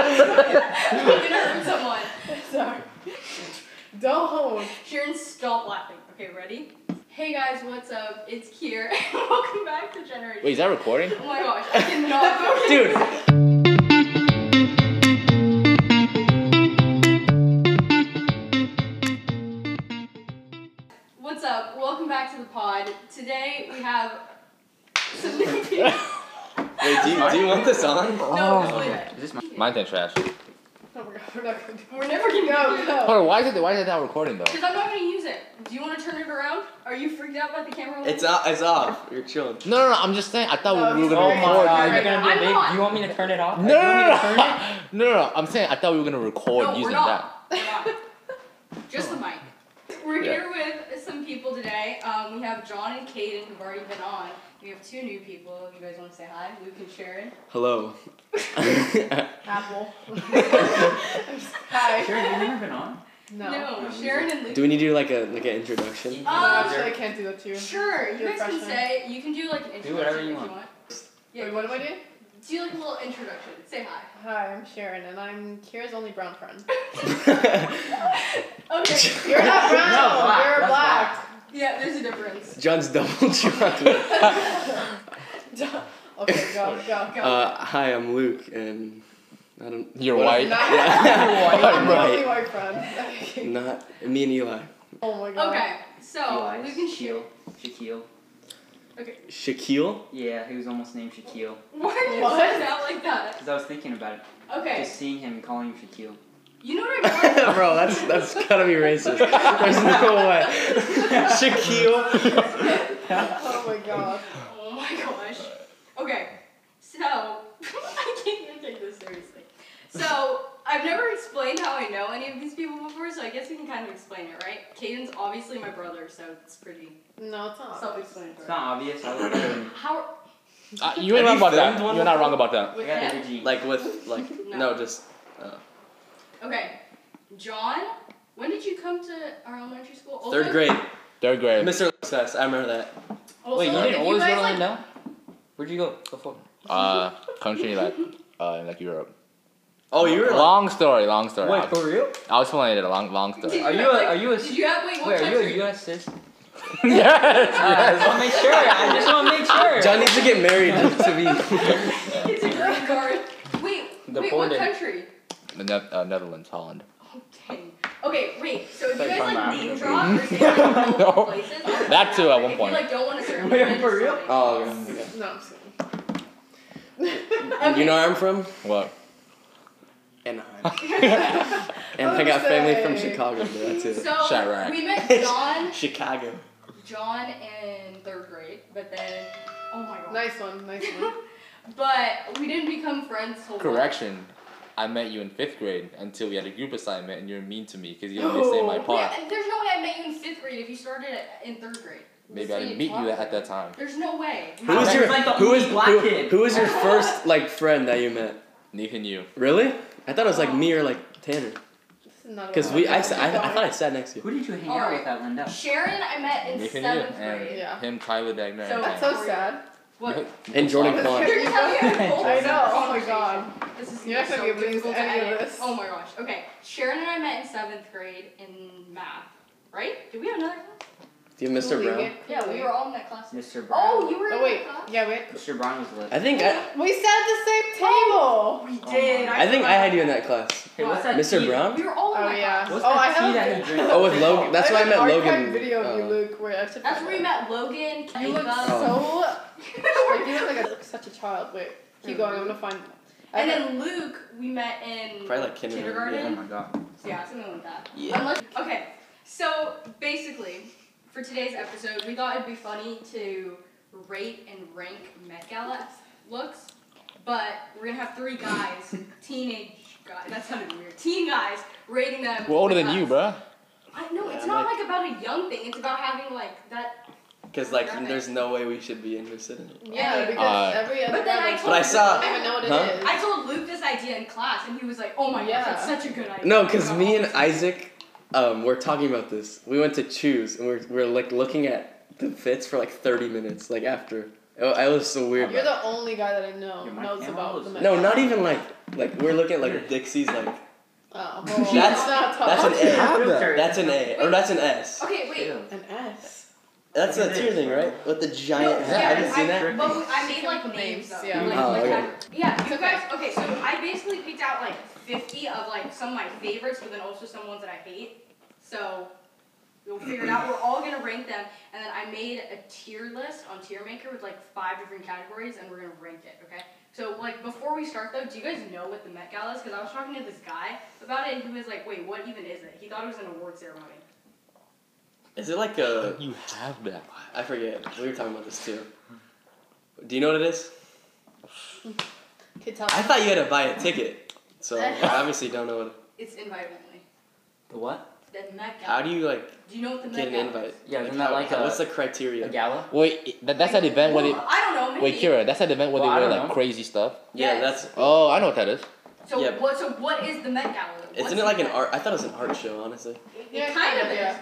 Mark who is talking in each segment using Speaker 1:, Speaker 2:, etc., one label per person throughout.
Speaker 1: You can hurt someone. Sorry.
Speaker 2: Don't hold.
Speaker 1: Sharon, stop laughing. Okay, ready? Hey guys, what's up? It's Kier. Welcome back to Generation.
Speaker 3: Wait, is that recording?
Speaker 1: Oh my gosh, I cannot focus.
Speaker 3: Dude.
Speaker 1: What's up? Welcome back to the pod. Today we have some new people.
Speaker 3: Wait, do you, do you want this on?
Speaker 1: No, just leave it.
Speaker 4: Is this my
Speaker 3: Mine's been trash.
Speaker 2: Oh my god, we're not gonna do
Speaker 1: We're never gonna
Speaker 2: No,
Speaker 1: do it.
Speaker 2: no.
Speaker 3: Hold on, why is it why is it not recording though?
Speaker 1: Because I'm not gonna use it. Do you want to turn it around? Are you freaked out by the camera?
Speaker 4: It's off. It's off. You're chilling.
Speaker 3: No, no, no. I'm just saying. I thought
Speaker 2: No,
Speaker 3: we were
Speaker 2: it's
Speaker 3: gonna
Speaker 2: great.
Speaker 3: record.
Speaker 2: Oh my
Speaker 1: Right now.
Speaker 5: you're gonna be a
Speaker 1: I'm
Speaker 5: big.
Speaker 1: not.
Speaker 5: You want me to turn it off?
Speaker 3: No, no,
Speaker 5: Like, you want me
Speaker 3: no,
Speaker 5: to turn it?
Speaker 3: no. no, no, no. I'm saying I thought we were gonna record
Speaker 1: no,
Speaker 3: using
Speaker 1: we're
Speaker 3: that.
Speaker 1: not. We're not. Just the mic. We're here with some people today. Um, we have John and Caden who've already been on. We have two new people. You guys want to say hi? Luke and Sharon.
Speaker 4: Hello.
Speaker 2: Apple. Hi.
Speaker 5: Sure, you've never been on.
Speaker 2: No. Um,
Speaker 1: no
Speaker 5: No,
Speaker 1: Sharon and Luke.
Speaker 4: Do we need to do like a like an introduction?
Speaker 2: No, actually,
Speaker 1: Um,
Speaker 2: I can't do that to you.
Speaker 1: sure. You
Speaker 2: You're
Speaker 1: guys can
Speaker 2: freshman.
Speaker 1: say. You can do like an introduction
Speaker 5: Do whatever you
Speaker 1: if
Speaker 5: want.
Speaker 1: you want.
Speaker 2: Wait, what am I doing?
Speaker 1: Do like a little introduction. Say hi.
Speaker 2: Hi, I'm Sharon, and I'm Kira's only brown friend.
Speaker 1: Okay.
Speaker 2: You're not brown.
Speaker 5: No, black.
Speaker 2: You're
Speaker 5: That's
Speaker 2: black.
Speaker 1: yeah, there's a difference.
Speaker 4: John's double chocolate.
Speaker 2: Okay, go, go, go.
Speaker 4: Uh, hi, I'm Luke, and I don't.
Speaker 3: You're
Speaker 4: what-
Speaker 3: white.
Speaker 2: Not-
Speaker 4: Yeah.
Speaker 2: I'm
Speaker 4: I'm
Speaker 2: the only
Speaker 4: right.
Speaker 2: white friend.
Speaker 4: Not me and Eli.
Speaker 2: oh my god.
Speaker 1: Okay, so
Speaker 5: Eli's
Speaker 1: Luke and Sharon.
Speaker 5: Oh, Shaquille.
Speaker 4: Shaquille.
Speaker 5: Yeah, he was almost named Shaquille.
Speaker 1: Why are you
Speaker 2: What?
Speaker 1: saying that like that?
Speaker 5: Because I was thinking about it.
Speaker 1: Okay,
Speaker 5: Just seeing him and calling him Shaquille.
Speaker 1: you know what I mean?
Speaker 4: Bro, that's that's gotta be racist. There's no way. Shaquille.
Speaker 3: Uh,
Speaker 2: Oh my god.
Speaker 1: oh my gosh. Okay, so I can't even take this seriously. So I've never explained how I know any of these people before, so I guess we can kind of explain it, right? Caden's obviously my brother, so it's pretty
Speaker 2: No, it's not.
Speaker 5: It's
Speaker 1: self-explanatory.
Speaker 5: not obvious. I look better than.
Speaker 1: How?
Speaker 3: Uh, you
Speaker 4: Have
Speaker 3: ain't
Speaker 4: you
Speaker 3: wrong about
Speaker 4: filmed
Speaker 3: that.
Speaker 4: one
Speaker 3: You're not
Speaker 4: before?
Speaker 3: wrong about that.
Speaker 5: I
Speaker 1: With
Speaker 5: got the
Speaker 1: that.
Speaker 5: big G.
Speaker 4: Like with like
Speaker 1: No.
Speaker 4: no, just
Speaker 1: Okay, John. When did you come to our elementary school? Also-
Speaker 4: third grade.
Speaker 3: Third grade.
Speaker 4: Mr. Success. I remember that.
Speaker 1: Also,
Speaker 5: Wait, you didn't always
Speaker 1: guys,
Speaker 5: go to
Speaker 1: like,
Speaker 5: Lindell? Where'd you go Oh, before?
Speaker 3: Uh, country like, uh, like Europe.
Speaker 4: Oh, you were like.
Speaker 3: Long story. Long story. I was,
Speaker 5: for real?
Speaker 3: I was telling it a long, long
Speaker 1: Did
Speaker 3: story. Uh,
Speaker 5: Are
Speaker 1: you,
Speaker 5: you a-
Speaker 1: like,
Speaker 5: are you a-
Speaker 1: Did you have wait? What
Speaker 5: Wait, are you
Speaker 1: country?
Speaker 5: a U.S. citizen?
Speaker 3: yes.
Speaker 5: Uh, I just want to make sure. I just want to make sure.
Speaker 4: John needs to get married to me.
Speaker 1: It's a green card. Wait, wait, what
Speaker 5: Deported.
Speaker 1: country?
Speaker 3: The ne- uh, Netherlands, Holland.
Speaker 1: Oh, dang. Okay, wait. So if you guys
Speaker 5: Like from
Speaker 1: like
Speaker 5: Africa.
Speaker 1: name drop or say like,
Speaker 3: No.
Speaker 1: no. places, or
Speaker 3: That too, at one
Speaker 1: if
Speaker 3: point.
Speaker 1: You, like don't want to certain
Speaker 5: Wait,
Speaker 1: place,
Speaker 5: for
Speaker 1: just
Speaker 5: real?
Speaker 1: like-
Speaker 4: Oh, okay.
Speaker 2: No, I'm just kidding.
Speaker 1: Okay.
Speaker 4: You know where I'm from?
Speaker 3: What?
Speaker 4: Anaheim. and
Speaker 2: And I
Speaker 4: I
Speaker 2: got
Speaker 4: got
Speaker 2: Okay.
Speaker 4: family from Chicago, but that's it.
Speaker 1: So
Speaker 3: Chirac.
Speaker 1: we met John,
Speaker 4: Chicago.
Speaker 1: John in third grade, but then oh my god.
Speaker 2: Nice one, nice one.
Speaker 1: But we didn't become friends. Till
Speaker 3: Correction. I met you in fifth grade until we had a group assignment, and you were mean to me because you didn't say my
Speaker 2: No.
Speaker 3: part.
Speaker 1: Yeah, there's no way I met you in fifth grade if you started at- in third grade.
Speaker 3: Maybe
Speaker 2: Just
Speaker 3: I
Speaker 2: say
Speaker 3: didn't
Speaker 2: you
Speaker 3: meet you
Speaker 2: talk.
Speaker 3: at that time.
Speaker 1: There's no way.
Speaker 4: Who was
Speaker 5: That's
Speaker 4: your
Speaker 5: like the
Speaker 4: who was
Speaker 5: only black
Speaker 4: who,
Speaker 5: kid.
Speaker 4: who was your first like friend that you met?
Speaker 3: Nathan, you.
Speaker 4: Really? I thought it was like me or like Tanner.
Speaker 2: This is not
Speaker 4: Cause
Speaker 2: allowed.
Speaker 4: we I, s- I, I thought I sat next to you.
Speaker 5: Who did you hang out with at Lindell?
Speaker 1: Sharon, I met in
Speaker 3: Nathan, you.
Speaker 1: seventh
Speaker 3: And
Speaker 1: grade.
Speaker 2: Yeah.
Speaker 3: him, Tyler Dagner,
Speaker 1: So-
Speaker 3: and
Speaker 2: That's
Speaker 3: Tanner.
Speaker 2: so sad.
Speaker 1: What?
Speaker 4: And Jordan
Speaker 2: That's
Speaker 4: Kwan.
Speaker 2: very
Speaker 1: You're just having a
Speaker 5: go.
Speaker 1: whole
Speaker 2: I know. Oh my
Speaker 1: conversation.
Speaker 2: god.
Speaker 1: This is
Speaker 2: You're not
Speaker 1: so
Speaker 2: gonna be able to use
Speaker 1: difficult to
Speaker 2: any of
Speaker 1: edit.
Speaker 2: this.
Speaker 1: Oh my gosh. Okay, Sharon and I met in seventh grade in math, right? Did we have another class?
Speaker 4: Do you have Mr.
Speaker 2: Cooling
Speaker 4: Brown?
Speaker 2: it,
Speaker 1: Yeah, we
Speaker 2: cooling.
Speaker 1: were all in that class.
Speaker 5: Mr. Brown.
Speaker 1: Oh, you were in
Speaker 2: Oh wait,
Speaker 1: that class.
Speaker 2: yeah, we
Speaker 5: Mr. Brown was lit.
Speaker 4: I think I
Speaker 2: we sat at the
Speaker 1: Oh.
Speaker 2: same table.
Speaker 1: We
Speaker 5: Oh
Speaker 1: did.
Speaker 5: my-
Speaker 4: I think I had you in that class.
Speaker 5: Hey, what's that
Speaker 4: Mr.
Speaker 5: tea?
Speaker 4: Brown?
Speaker 1: We were all in
Speaker 2: Oh
Speaker 1: that
Speaker 2: yeah.
Speaker 1: class.
Speaker 5: What's
Speaker 2: oh,
Speaker 5: that
Speaker 2: I
Speaker 5: tea
Speaker 2: have.
Speaker 5: that he drinks?
Speaker 4: Oh, with Logan. That's why I
Speaker 2: have
Speaker 4: met
Speaker 2: an
Speaker 4: Logan.
Speaker 2: archived video of you,
Speaker 4: uh,
Speaker 2: Luke. Wait, I have to
Speaker 1: That's
Speaker 2: find
Speaker 1: where we
Speaker 2: that.
Speaker 1: met Logan,
Speaker 2: You look
Speaker 1: Kayla,
Speaker 2: so
Speaker 4: Oh.
Speaker 2: like you look like a, such a child. Wait, keep going. I'm gonna find. I
Speaker 1: and
Speaker 2: have-
Speaker 1: then Luke. We met in
Speaker 4: Probably like kindergarten,
Speaker 5: Oh
Speaker 1: kindergarten.
Speaker 5: my god.
Speaker 1: Yeah, something like that.
Speaker 4: Yeah.
Speaker 1: Unless, okay, so basically, for today's episode, we thought it'd be funny to rate and rank Met Gala looks, but we're gonna have three guys, teenage guys, that sounded weird, teen guys, rating them.
Speaker 3: We're older
Speaker 1: with
Speaker 3: than you,
Speaker 1: us.
Speaker 3: bruh.
Speaker 1: I know,
Speaker 4: Yeah,
Speaker 1: it's
Speaker 4: I'm
Speaker 1: not like about a young thing, it's about having like that.
Speaker 4: Cause like there's no way we should be interested in it.
Speaker 2: yeah, because
Speaker 3: Uh,
Speaker 2: every other.
Speaker 1: But then I
Speaker 2: rabbit-
Speaker 1: told
Speaker 4: But I saw-
Speaker 2: I don't even know what it is.
Speaker 4: Huh?
Speaker 1: I told Luke this idea in class, and he was like, oh my gosh,
Speaker 2: Yeah.
Speaker 1: that's such a good idea.
Speaker 4: No, cause me and Isaac, um, were talking about this. We went to choose and we're we're like looking at the fits for like thirty minutes, like after. Oh, I was so weird.
Speaker 2: You're the only guy that I know
Speaker 5: Dude, my
Speaker 2: knows
Speaker 5: camera
Speaker 2: about
Speaker 5: was-
Speaker 2: the
Speaker 4: No, not even like Like we're looking at like Dixie's like
Speaker 2: Oh, well,
Speaker 4: That's-
Speaker 2: that's
Speaker 4: that's an
Speaker 2: hard.
Speaker 4: A.
Speaker 3: have that.
Speaker 4: That's an A or that's an S.
Speaker 1: Okay, wait.
Speaker 5: Ew.
Speaker 2: An S.
Speaker 4: That's a tier thing, right? With the giant
Speaker 1: No,
Speaker 4: hat.
Speaker 1: yeah,
Speaker 4: Have you seen that?
Speaker 1: But we- I made like
Speaker 2: Names,
Speaker 1: names though.
Speaker 2: yeah.
Speaker 1: Like,
Speaker 4: Oh,
Speaker 1: like,
Speaker 4: okay.
Speaker 1: Yeah, you guys. Okay, so I basically picked out like 50 of like some of my favorites, but then also some ones that I hate. So we'll figure it out. We're all gonna rank them, and then I made a tier list on Tier Maker with like five different categories, and we're gonna rank it. Okay. So like before we start though, do you guys know what the Met Gala is? Because I was talking to this guy about it, and he was like, "Wait, what even is it?" He thought it was an award ceremony.
Speaker 4: Is it like a?
Speaker 3: You have that.
Speaker 4: I forget. We were talking about this too. Do you know what it is?
Speaker 2: Could tell.
Speaker 4: I thought you had to buy a ticket, so I obviously don't know. What,
Speaker 1: It's invite only.
Speaker 5: The what?
Speaker 1: The Met Gala.
Speaker 4: how do you like
Speaker 1: Do you know what the
Speaker 4: get
Speaker 1: Met Gala
Speaker 4: an invite?
Speaker 1: is?
Speaker 5: Yeah,
Speaker 4: like,
Speaker 5: isn't that
Speaker 4: how-
Speaker 5: like
Speaker 4: how-
Speaker 5: a-
Speaker 4: what's the
Speaker 5: A
Speaker 4: criteria?
Speaker 5: gala?
Speaker 3: Wait, that, that's that event where
Speaker 1: Well,
Speaker 3: they.
Speaker 1: I don't know. Maybe.
Speaker 3: Wait, Kira, that's that event where
Speaker 5: Well, I
Speaker 3: they wear
Speaker 5: don't
Speaker 3: like
Speaker 5: know.
Speaker 3: crazy stuff.
Speaker 4: Yeah,
Speaker 1: Yes.
Speaker 4: that's.
Speaker 3: Oh, I know what that is.
Speaker 1: So
Speaker 4: Yeah.
Speaker 1: what? So what is the Met Gala? What's
Speaker 4: Isn't it
Speaker 1: the
Speaker 4: like an
Speaker 1: Met-
Speaker 4: art? I thought it was an art show, honestly.
Speaker 1: It
Speaker 2: Yeah,
Speaker 1: kind of is.
Speaker 2: yeah.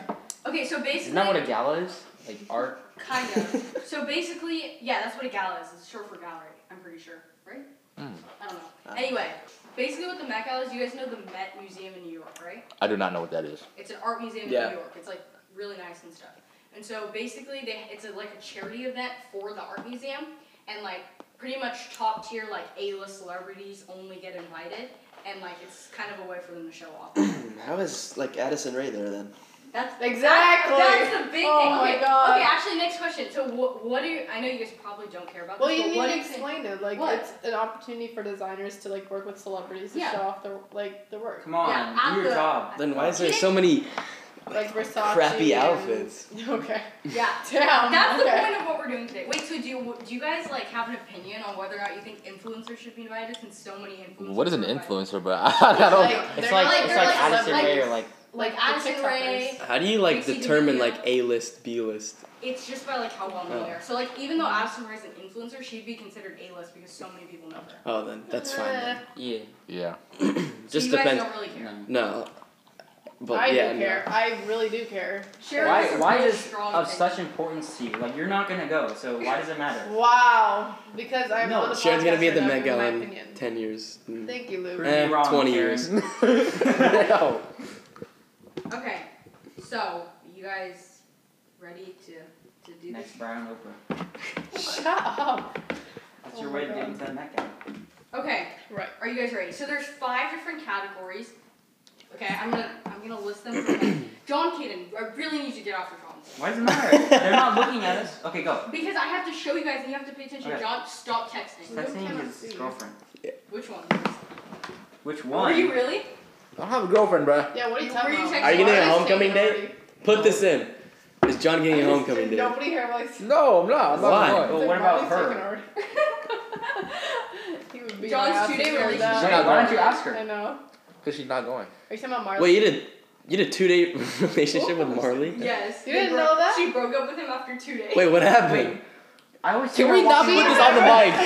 Speaker 1: Okay, so basically,
Speaker 5: Isn't that what a gala is? Like art?
Speaker 1: kind of. so basically, yeah, that's what a gala is. It's short for gallery. I'm pretty sure, right?
Speaker 3: Hmm.
Speaker 1: I don't know.
Speaker 4: Ah.
Speaker 1: Anyway, basically, what the Met Gala is, you guys know the Met Museum in New York, right?
Speaker 3: I do not know what that is.
Speaker 1: It's an art museum
Speaker 4: Yeah.
Speaker 1: in New York. It's like really nice and stuff. And so basically, they it's a, like a charity event for the art museum, and like pretty much top tier like A-list celebrities only get invited, and like it's kind of a way for them to show off.
Speaker 4: How is like Addison Ray there then?
Speaker 1: That's
Speaker 2: Exactly.
Speaker 1: That's, the big
Speaker 2: Oh
Speaker 1: thing.
Speaker 2: my
Speaker 1: okay.
Speaker 2: God.
Speaker 1: Okay, actually, next question. So, what, what do you? I know you guys probably don't care about.
Speaker 2: Well,
Speaker 1: this,
Speaker 2: you
Speaker 1: but
Speaker 2: need
Speaker 1: what
Speaker 2: to
Speaker 1: do you think-
Speaker 2: explain it. Like,
Speaker 1: What?
Speaker 2: it's an opportunity for designers to like work with celebrities to
Speaker 1: Yeah.
Speaker 2: show off their like their work,
Speaker 5: Come on,
Speaker 1: Yeah, I'm
Speaker 5: do your
Speaker 1: good.
Speaker 5: job.
Speaker 4: Then why is there so many?
Speaker 2: like Versace.
Speaker 4: Crappy
Speaker 2: and-
Speaker 4: outfits.
Speaker 2: Okay.
Speaker 1: Yeah.
Speaker 2: Damn.
Speaker 1: That's
Speaker 2: okay.
Speaker 1: the point of what we're doing today. Wait, so do you, do you guys like have an opinion on whether or not you think influencers should be invited? Since so many influencers.
Speaker 3: What is an
Speaker 1: are invited?
Speaker 3: influencer, bro? I don't.
Speaker 2: Like,
Speaker 5: It's
Speaker 2: they're
Speaker 5: like,
Speaker 1: like-
Speaker 5: it's
Speaker 1: they're
Speaker 5: like,
Speaker 1: like
Speaker 5: Addison Ray
Speaker 2: celebrities.
Speaker 5: or like
Speaker 1: Like
Speaker 2: Like the
Speaker 1: Addison Rae,
Speaker 2: TikTokers.
Speaker 4: How do you like
Speaker 1: Casey
Speaker 4: determine
Speaker 1: Demetriou.
Speaker 4: like A list, B list?
Speaker 1: it's just by like how well known
Speaker 4: Oh.
Speaker 1: they are. So like even though Addison Rae is an influencer, she'd be considered A-list because so many people know her.
Speaker 4: Oh, then that's fine. Then.
Speaker 5: yeah.
Speaker 3: Yeah.
Speaker 4: Just
Speaker 1: so you
Speaker 4: depends.
Speaker 1: guys don't really care.
Speaker 4: No, but
Speaker 2: I
Speaker 4: yeah,
Speaker 2: do
Speaker 4: no.
Speaker 2: care. I really do care.
Speaker 1: Sharon
Speaker 5: why
Speaker 1: has a
Speaker 5: why
Speaker 1: really
Speaker 5: is
Speaker 1: strong
Speaker 5: of
Speaker 1: opinion.
Speaker 5: such importance to you? Like you're not gonna go, so why does it matter?
Speaker 2: Wow. Because I'm
Speaker 5: No,
Speaker 2: on the
Speaker 4: Sharon's gonna be at
Speaker 2: podcast
Speaker 4: the
Speaker 2: right now,
Speaker 4: Met
Speaker 2: give
Speaker 4: Gala
Speaker 2: my
Speaker 4: in
Speaker 2: opinion.
Speaker 4: ten years. Mm.
Speaker 2: Thank you, Luke.
Speaker 5: Prove me
Speaker 4: Eh,
Speaker 5: wrong,
Speaker 4: 20
Speaker 5: Karen.
Speaker 4: years.
Speaker 3: no.
Speaker 1: Okay, so you guys ready to to do this?
Speaker 5: Next Brian Oprah.
Speaker 2: Shut up.
Speaker 5: That's
Speaker 2: Oh
Speaker 5: your
Speaker 2: my
Speaker 5: way of getting
Speaker 2: God.
Speaker 5: to that guy.
Speaker 1: Okay,
Speaker 2: Right.
Speaker 1: are you guys ready? So there's five different categories. Okay, I'm gonna I'm gonna list them. For you. John Caden, I really need you to get off your phone
Speaker 5: Why does it matter? They're not looking at us. Okay, go.
Speaker 1: because I have to show you guys and you have to pay attention.
Speaker 5: Okay.
Speaker 1: John, stop texting.
Speaker 2: Who
Speaker 5: Texting
Speaker 2: cannot
Speaker 5: his
Speaker 2: see?
Speaker 5: girlfriend.
Speaker 1: Which one?
Speaker 5: Which
Speaker 1: Were you
Speaker 5: one?
Speaker 1: really?
Speaker 3: I don't have a girlfriend, bro.
Speaker 2: Yeah, what are you
Speaker 1: Were
Speaker 2: talking
Speaker 1: you
Speaker 2: about?
Speaker 1: texting Are you
Speaker 4: gonna
Speaker 2: Why
Speaker 4: get a
Speaker 2: am I
Speaker 4: homecoming
Speaker 2: saying
Speaker 4: date? Put this in. Is John getting a
Speaker 2: already?
Speaker 4: homecoming date?
Speaker 2: Nobody here likes.
Speaker 3: No, I'm not.
Speaker 4: I'm not Why?
Speaker 5: But what about her?
Speaker 2: he would be
Speaker 1: John's
Speaker 2: my
Speaker 1: two-day
Speaker 2: ass if he was
Speaker 1: relationship.
Speaker 5: Wait,
Speaker 2: that.
Speaker 5: why don't you ask
Speaker 2: I
Speaker 5: her?
Speaker 2: know.
Speaker 3: Cause she's not going.
Speaker 2: Are you talking about Marley?
Speaker 4: Wait, you did you did a two day relationship with Marley?
Speaker 1: Yes.
Speaker 2: You
Speaker 1: they
Speaker 2: didn't
Speaker 1: broke-
Speaker 2: know that?
Speaker 1: She broke up with him after two days.
Speaker 4: Wait, what
Speaker 5: Wait.
Speaker 4: happened?
Speaker 5: I always see
Speaker 3: Can
Speaker 5: her
Speaker 3: we not
Speaker 5: walking-
Speaker 3: put this on the
Speaker 1: I
Speaker 3: mic?
Speaker 1: can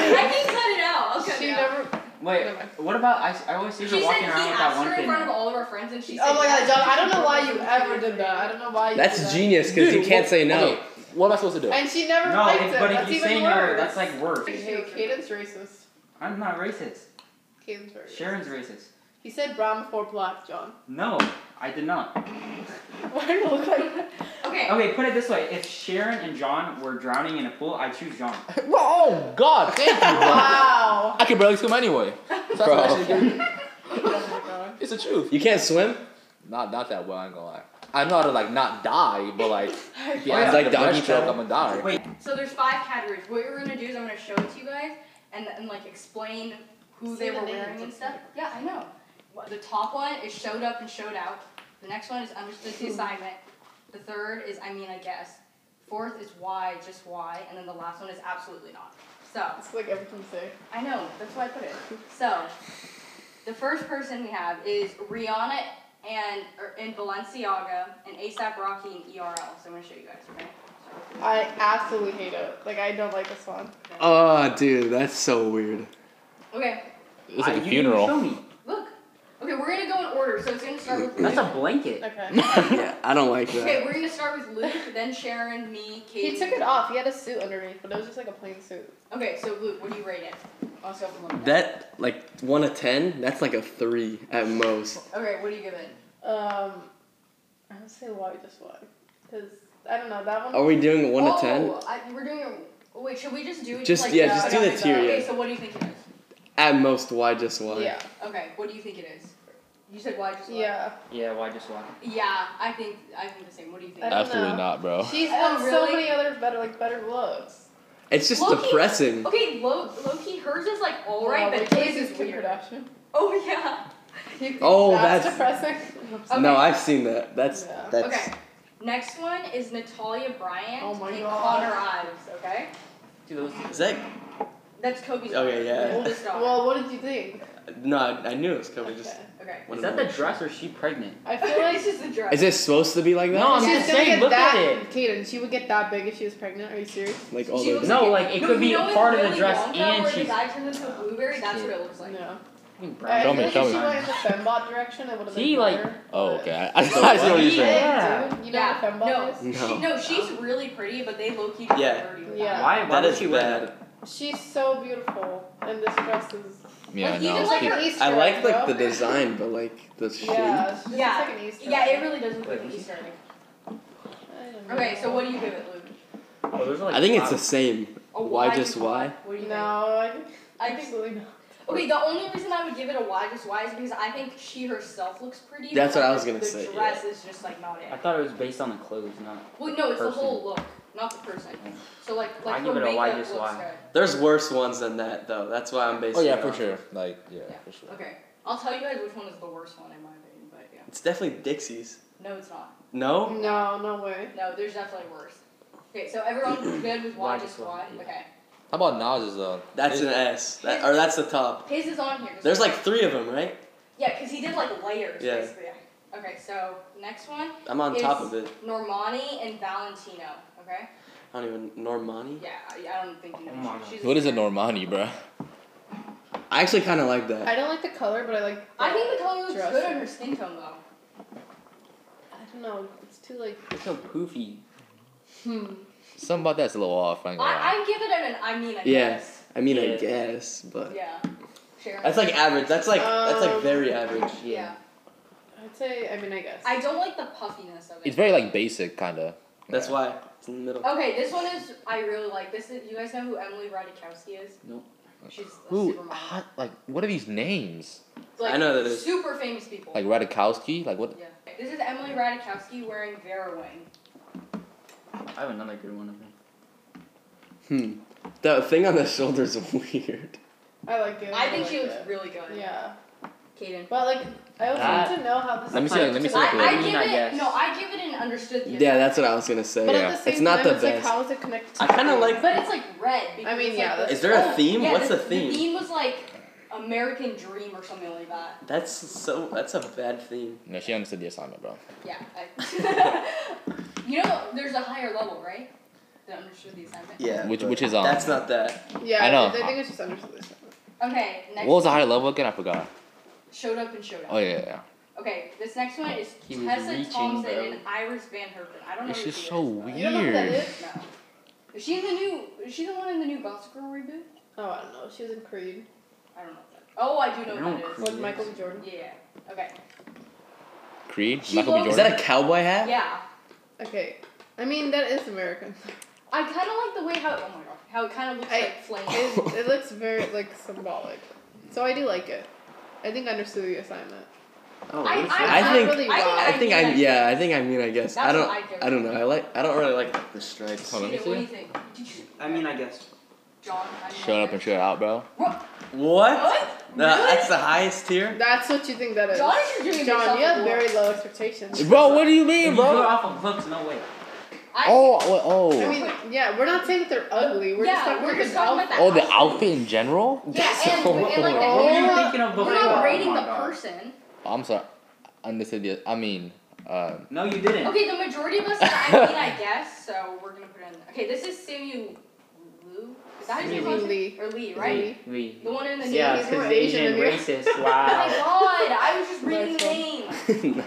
Speaker 1: cut it out. I'll cut
Speaker 2: she
Speaker 1: it out.
Speaker 2: never.
Speaker 5: Wait,
Speaker 2: Never mind.
Speaker 5: what about I? I always see
Speaker 1: She
Speaker 5: her
Speaker 1: said he
Speaker 5: walking around with that
Speaker 1: asked
Speaker 5: one
Speaker 1: her in
Speaker 5: kid.
Speaker 1: front of all of our friends and she said.
Speaker 2: Oh my god,
Speaker 1: yes,
Speaker 2: John!
Speaker 1: she
Speaker 2: I don't know
Speaker 1: broke
Speaker 2: why
Speaker 1: up
Speaker 2: you
Speaker 1: with him after
Speaker 2: ever
Speaker 1: two
Speaker 2: did that. I
Speaker 1: days.
Speaker 2: don't know why you. did
Speaker 4: That's
Speaker 2: that.
Speaker 4: genius because you
Speaker 3: Dude,
Speaker 4: can't
Speaker 3: what-
Speaker 4: say no.
Speaker 3: okay, what am I supposed to do?
Speaker 2: And she never
Speaker 5: No,
Speaker 2: liked
Speaker 5: if-
Speaker 2: it.
Speaker 5: but
Speaker 2: that's
Speaker 5: if you
Speaker 2: even
Speaker 5: say
Speaker 2: worse.
Speaker 5: no, that's like worse.
Speaker 2: Hey, Caden's racist.
Speaker 5: I'm not racist.
Speaker 2: Caden's racist.
Speaker 5: Sharon's racist.
Speaker 2: He said brown before black, John.
Speaker 5: No, I did not.
Speaker 2: Why do you look like that?
Speaker 1: Okay.
Speaker 5: Okay, put it this way: if Sharon and John were drowning in a pool, I choose John.
Speaker 3: Well, oh God, thank you, bro.
Speaker 2: Wow.
Speaker 3: I can barely swim anyway. So that's
Speaker 4: Bro.
Speaker 3: what I should do.
Speaker 2: Oh my god.
Speaker 3: It's the truth.
Speaker 4: You can't swim?
Speaker 3: Not not that well. I ain't gonna lie. I know how to like not die, but like if you
Speaker 5: Oh,
Speaker 3: ask like
Speaker 5: yeah.
Speaker 4: Like
Speaker 3: the
Speaker 4: doggy
Speaker 3: breaststroke,
Speaker 4: style.
Speaker 3: I'm gonna die.
Speaker 5: Wait,
Speaker 1: So there's five categories. What we're gonna do is I'm gonna show it to you guys and, and like explain who
Speaker 2: Say
Speaker 1: they
Speaker 2: the
Speaker 1: were
Speaker 2: names
Speaker 1: wearing and
Speaker 2: of
Speaker 1: stuff. Yeah, I know. What- The top one is showed up and showed out. The next one is understood the assignment. The third is I mean I guess. Fourth is why, just why, and then the last one is absolutely not. So
Speaker 2: It's like everything you say.
Speaker 1: I know that's why I put it. So the first person we have is Rihanna and or, in Balenciaga and ASAP Rocky and ERL. So I'm gonna show you guys. Okay.
Speaker 2: I absolutely hate it. Like I don't like this one.
Speaker 4: Oh, dude, that's so weird.
Speaker 1: Okay.
Speaker 3: It's
Speaker 5: I-
Speaker 3: like a
Speaker 5: you didn't
Speaker 3: funeral.
Speaker 5: Show me.
Speaker 1: Look. Okay, we're gonna go in order. So it's gonna start with
Speaker 5: That's
Speaker 1: Luke.
Speaker 5: a blanket.
Speaker 2: Okay.
Speaker 4: yeah, I don't like
Speaker 1: Okay,
Speaker 4: that.
Speaker 1: we're gonna start with Luke, then Sharon, me, Katie.
Speaker 2: he took it off. He had a suit underneath, but it was just like a plain suit.
Speaker 1: Okay, so Luke, what do you rate it? Also, from Lemonade.
Speaker 4: That like one to ten, that's like a three at most.
Speaker 1: Okay, what do you give it?
Speaker 2: Um, I would say why just why, because I don't know that one.
Speaker 4: Are we doing one
Speaker 1: oh,
Speaker 4: to ten?
Speaker 1: I, we're doing a. oh, Wait, should we just do it?
Speaker 4: Just-
Speaker 1: like,
Speaker 4: yeah,
Speaker 2: just
Speaker 1: I
Speaker 2: do
Speaker 1: got
Speaker 2: the
Speaker 1: it,
Speaker 2: tier,
Speaker 1: Okay,
Speaker 4: yeah.
Speaker 1: so what do you think it is?
Speaker 4: At most, why just why?
Speaker 2: Yeah,
Speaker 1: Okay, what do you think it is? You said why just why?
Speaker 2: yeah.
Speaker 5: Yeah, why just why?
Speaker 1: Yeah, I think I think the same. What do you think?
Speaker 2: I don't
Speaker 3: Absolutely
Speaker 2: know.
Speaker 3: not, bro.
Speaker 2: She's
Speaker 1: Oh,
Speaker 2: done so
Speaker 1: really?
Speaker 2: many other better like better looks.
Speaker 4: It's just
Speaker 1: Low-key-
Speaker 4: depressing.
Speaker 1: Okay, low low key hers is like alright,
Speaker 2: Wow,
Speaker 1: but
Speaker 2: wait,
Speaker 1: his
Speaker 2: this
Speaker 1: is
Speaker 2: Kim
Speaker 1: weird.
Speaker 2: Kardashian.
Speaker 1: Oh yeah.
Speaker 4: Oh,
Speaker 2: that's,
Speaker 4: that's-
Speaker 2: depressing.
Speaker 1: Okay.
Speaker 4: No, I've seen that. That's
Speaker 2: Yeah.
Speaker 4: that's.
Speaker 1: Okay. Next one is Natalia Bryant
Speaker 2: Oh my
Speaker 1: and
Speaker 2: God.
Speaker 1: Connor Ives, okay?
Speaker 5: Dude, those
Speaker 4: Is that
Speaker 1: That's Kobe's
Speaker 4: okay? Yeah.
Speaker 1: oldest daughter.
Speaker 2: well, what did you think?
Speaker 4: No, I, I knew it was coming. Just
Speaker 2: Okay.
Speaker 1: okay.
Speaker 4: one
Speaker 5: is
Speaker 4: of
Speaker 5: that the
Speaker 4: those.
Speaker 5: dress or is she pregnant?
Speaker 2: I feel like
Speaker 1: it's just the dress.
Speaker 4: Is it supposed to be like that?
Speaker 5: No, I'm
Speaker 2: she's
Speaker 5: just
Speaker 2: gonna
Speaker 5: saying,
Speaker 2: get
Speaker 5: look
Speaker 2: that,
Speaker 5: at it.
Speaker 2: Kaden, she would get that big if she was pregnant. Are you serious?
Speaker 4: Like all
Speaker 1: She
Speaker 4: those.
Speaker 1: looks
Speaker 5: No,
Speaker 1: like
Speaker 5: like, it
Speaker 1: no,
Speaker 5: could be
Speaker 1: you know in
Speaker 5: part of the
Speaker 1: Willy
Speaker 5: dress
Speaker 1: Wonka
Speaker 5: and
Speaker 1: where
Speaker 5: she's-
Speaker 1: the guy turns into a blueberry. That's what it looks like.
Speaker 2: no.
Speaker 3: Tell
Speaker 2: I feel
Speaker 3: me,
Speaker 2: like
Speaker 3: tell
Speaker 2: if
Speaker 3: me.
Speaker 2: she went in the fembot direction, it would have been
Speaker 5: See, like-
Speaker 2: better,
Speaker 3: Oh,
Speaker 2: but-
Speaker 3: okay. I, I, see what you're saying.
Speaker 5: Yeah.
Speaker 2: dude, you know
Speaker 1: Yeah.
Speaker 2: what a fembot
Speaker 1: No.
Speaker 2: is?
Speaker 1: She,
Speaker 4: No.
Speaker 1: no, she's really pretty, but they low key
Speaker 4: Yeah.
Speaker 1: dirty. with
Speaker 2: Yeah.
Speaker 1: that.
Speaker 5: Why? Why
Speaker 4: That
Speaker 5: would
Speaker 4: is
Speaker 5: she wear
Speaker 4: bad.
Speaker 2: She's so beautiful, and this dress is.
Speaker 3: Yeah,
Speaker 1: Like, you
Speaker 3: no.
Speaker 1: can,
Speaker 2: It's
Speaker 3: it's
Speaker 2: like
Speaker 3: cute.
Speaker 2: an Easter
Speaker 4: I like
Speaker 2: egg,
Speaker 4: like the
Speaker 2: bro.
Speaker 4: design, but like the shape.
Speaker 2: Yeah, it's just
Speaker 1: Yeah.
Speaker 2: like an Easter.
Speaker 1: Yeah, it
Speaker 2: egg.
Speaker 1: really does look
Speaker 5: Wait,
Speaker 1: like an
Speaker 5: was she-
Speaker 1: Easter egg.
Speaker 2: I don't
Speaker 1: Okay,
Speaker 2: know.
Speaker 1: so what do you give it, Luke?
Speaker 5: that? Oh, those are like
Speaker 4: I think it's
Speaker 5: five.
Speaker 4: the same.
Speaker 1: A
Speaker 4: Why just
Speaker 1: you-
Speaker 4: why?
Speaker 1: What do you think?
Speaker 2: No, I,
Speaker 1: I think
Speaker 2: absolutely not.
Speaker 1: okay. The only reason I would give it a why just why is because I think she herself looks pretty.
Speaker 4: That's
Speaker 1: but
Speaker 4: what I was
Speaker 1: the-
Speaker 4: gonna
Speaker 1: the
Speaker 4: say,
Speaker 1: dress is just like not
Speaker 5: I
Speaker 1: it.
Speaker 5: thought it was based on the clothes, not.
Speaker 1: Well, no, it's the
Speaker 5: person.
Speaker 1: whole look, not the person.
Speaker 5: Yeah.
Speaker 1: So like,
Speaker 5: I
Speaker 1: like
Speaker 5: give
Speaker 1: her
Speaker 5: it a why
Speaker 1: makeup
Speaker 5: just
Speaker 1: looks
Speaker 5: why.
Speaker 4: There's worse ones than that though. That's why I'm basing.
Speaker 3: Oh yeah,
Speaker 4: it
Speaker 3: for
Speaker 4: on.
Speaker 3: sure. Like yeah, for sure.
Speaker 1: good. Okay, I'll tell you guys which one is the worst one in my opinion, but yeah.
Speaker 4: It's definitely Dixie's.
Speaker 1: No, it's not.
Speaker 4: No.
Speaker 2: No, no way.
Speaker 1: No, there's definitely worse. Okay, so everyone's good with why,
Speaker 5: Why
Speaker 1: just
Speaker 5: just
Speaker 1: why.
Speaker 5: why,
Speaker 1: Okay,
Speaker 3: How about Nas's though?
Speaker 4: That's an
Speaker 3: His-
Speaker 4: S. That, or that's the top.
Speaker 1: his is on here. just
Speaker 4: There's like three of them, right?
Speaker 1: Yeah, because he did like layers
Speaker 4: Yeah.
Speaker 1: basically. Okay, so next one,
Speaker 4: I'm on top of it.
Speaker 1: Normani and Valentino. Okay.
Speaker 4: I don't even Normani.
Speaker 1: Yeah, I, I don't think you know.
Speaker 5: Oh my
Speaker 1: she- she's
Speaker 3: What is a
Speaker 1: singer.
Speaker 3: Normani, bro?
Speaker 4: I actually kind of like that.
Speaker 2: I don't like the color, but I like.
Speaker 1: I think the color looks
Speaker 2: dress.
Speaker 1: good on her skin tone though.
Speaker 2: I don't know. It's too like.
Speaker 5: It's so poofy.
Speaker 2: Hmm.
Speaker 3: Something about that's a little off. I ain't gonna lie.
Speaker 1: I, I give it an I mean I
Speaker 4: Yeah.
Speaker 1: guess.
Speaker 4: I mean, I
Speaker 5: Yeah.
Speaker 4: guess, but
Speaker 1: Yeah. Sharon.
Speaker 4: that's like average. That's like that's
Speaker 2: Um,
Speaker 4: like very average.
Speaker 1: yeah.
Speaker 2: I'd say. I mean, I guess.
Speaker 1: I don't like the puffiness of it.
Speaker 3: It's very like basic, kinda.
Speaker 4: That's
Speaker 3: Yeah.
Speaker 4: why it's in the middle.
Speaker 1: Okay, this one is I really like. This is you guys know who Emily Ratajkowski is?
Speaker 5: Nope.
Speaker 1: She's a
Speaker 3: Who?
Speaker 1: supermodel.
Speaker 3: Hot, like, what are these names?
Speaker 1: Like,
Speaker 4: I know that is-
Speaker 1: Super famous people.
Speaker 3: Like Radikowski? Like what?
Speaker 1: yeah. This is Emily Ratajkowski wearing Vera Wang.
Speaker 5: I have another good one of them.
Speaker 4: Hmm. The thing on the shoulder's weird.
Speaker 2: I like it.
Speaker 1: I think
Speaker 2: like
Speaker 1: she looks
Speaker 2: it.
Speaker 1: really good.
Speaker 2: Yeah,
Speaker 1: Kaden.
Speaker 2: but like, I also
Speaker 5: That-
Speaker 2: need to know how this.
Speaker 3: Let me
Speaker 2: is
Speaker 3: see,
Speaker 2: like-
Speaker 3: let me see.
Speaker 1: I,
Speaker 3: Exactly.
Speaker 1: I
Speaker 5: I mean,
Speaker 1: give
Speaker 5: I
Speaker 1: it
Speaker 5: guess.
Speaker 1: no, I give it an understood. the
Speaker 4: Yeah,
Speaker 1: other.
Speaker 4: that's what I was gonna say.
Speaker 2: But
Speaker 3: Yeah.
Speaker 2: at the same
Speaker 4: It's not
Speaker 2: time,
Speaker 4: the
Speaker 2: it's like,
Speaker 4: best.
Speaker 2: how is it connected?
Speaker 4: I kinda
Speaker 2: to-
Speaker 4: like-
Speaker 1: But it's like red. Because
Speaker 2: I mean,
Speaker 1: it's
Speaker 2: yeah,
Speaker 1: Like
Speaker 2: that's-
Speaker 4: Is there a
Speaker 1: oh,
Speaker 4: theme?
Speaker 1: yeah,
Speaker 4: What's
Speaker 1: the,
Speaker 4: the theme?
Speaker 1: The theme was like American Dream or something like that.
Speaker 4: That's so. That's a bad theme.
Speaker 3: No, she understood the assignment, bro.
Speaker 1: Yeah. I, you know, there's a higher level, right? That understood the assignment.
Speaker 4: Yeah.
Speaker 3: Which-
Speaker 4: but
Speaker 3: which is, um,
Speaker 4: That's not that.
Speaker 2: Yeah,
Speaker 3: I know.
Speaker 2: I think it's just understood.
Speaker 1: Okay. Next.
Speaker 3: What was the higher level again? I forgot.
Speaker 1: Showed up and showed up.
Speaker 3: Oh yeah, yeah. yeah.
Speaker 1: Okay, this next one is
Speaker 5: He was
Speaker 1: Tessa
Speaker 5: reaching,
Speaker 1: Thompson
Speaker 5: bro.
Speaker 1: and Iris Van Herpen. I don't know.
Speaker 3: It's
Speaker 1: who
Speaker 3: just
Speaker 1: she
Speaker 3: so
Speaker 1: is, but-
Speaker 2: You don't know who that
Speaker 3: weird.
Speaker 2: is?
Speaker 1: No. Is she in the new? Is she the one in the new Gossip Girl reboot?
Speaker 2: Oh, I don't know. She was in Creed
Speaker 1: I don't know. That. Oh, I do know
Speaker 5: I
Speaker 1: who that
Speaker 5: don't
Speaker 1: is.
Speaker 5: Creed.
Speaker 2: with Michael B. Jordan.
Speaker 1: Yeah. Okay.
Speaker 3: Creed.
Speaker 1: She
Speaker 3: Michael B.
Speaker 1: looks-
Speaker 4: Is
Speaker 3: Jordan.
Speaker 4: that a cowboy hat?
Speaker 1: Yeah.
Speaker 2: Okay, I mean that is American.
Speaker 1: I kind of like the way how. Oh my god. How it kind of looks
Speaker 2: I-
Speaker 1: like flame.
Speaker 2: It, it looks very like symbolic, so I do like it. I think I understood the assignment.
Speaker 4: Oh,
Speaker 1: I-
Speaker 4: what is
Speaker 1: I-
Speaker 4: that?
Speaker 2: I
Speaker 4: I think.
Speaker 2: really-
Speaker 1: I think.
Speaker 4: I think I
Speaker 1: did.
Speaker 4: yeah. I think I mean I guess. I
Speaker 1: That's
Speaker 4: don't.
Speaker 1: what I do.
Speaker 4: I don't know. I like. I don't really like the stripes.
Speaker 3: Hold on, let me
Speaker 1: Steven,
Speaker 3: see.
Speaker 1: What do you think? Did you,
Speaker 5: I guess.
Speaker 1: John. I mean,
Speaker 3: Shut up and shut out, bro.
Speaker 4: What?
Speaker 1: What?
Speaker 4: No,
Speaker 1: really?
Speaker 4: that's the highest tier.
Speaker 2: That's what you think that is.
Speaker 1: John is doing
Speaker 2: John,
Speaker 1: himself
Speaker 2: you
Speaker 1: a
Speaker 2: have
Speaker 1: lot.
Speaker 2: very low expectations.
Speaker 3: Bro, what do you
Speaker 5: If
Speaker 3: mean,
Speaker 5: you go
Speaker 3: bro?
Speaker 5: off of looks, no way.
Speaker 1: I,
Speaker 3: Oh, what- oh,
Speaker 2: I mean, yeah, we're not saying that they're ugly. We're
Speaker 1: yeah,
Speaker 2: just talking
Speaker 1: we're
Speaker 2: about
Speaker 1: just
Speaker 2: the
Speaker 1: talking
Speaker 2: outfit.
Speaker 1: about that.
Speaker 3: oh, the outfit in general.
Speaker 1: Yeah, and, and like the
Speaker 5: What were you
Speaker 1: era-
Speaker 5: thinking of before?
Speaker 1: We're not rating
Speaker 5: oh my
Speaker 1: the
Speaker 5: God.
Speaker 1: person.
Speaker 3: I'm sorry. Understood the. I mean, uh,
Speaker 5: No, you didn't.
Speaker 1: Okay, the majority of us. Are, I mean, I guess. So we're gonna put it in. Okay, this is Samuel Lu. Is that his
Speaker 5: Simu
Speaker 1: name?
Speaker 2: Lee.
Speaker 1: Or Lee, right?
Speaker 5: We.
Speaker 1: The one in the new.
Speaker 5: Yeah,
Speaker 2: he's
Speaker 5: because
Speaker 2: more
Speaker 5: Asian,
Speaker 2: Asian
Speaker 5: and
Speaker 2: than you.
Speaker 5: racist.
Speaker 1: Oh my
Speaker 5: Wow.
Speaker 1: god! I was just reading the
Speaker 2: Nice one.
Speaker 1: name.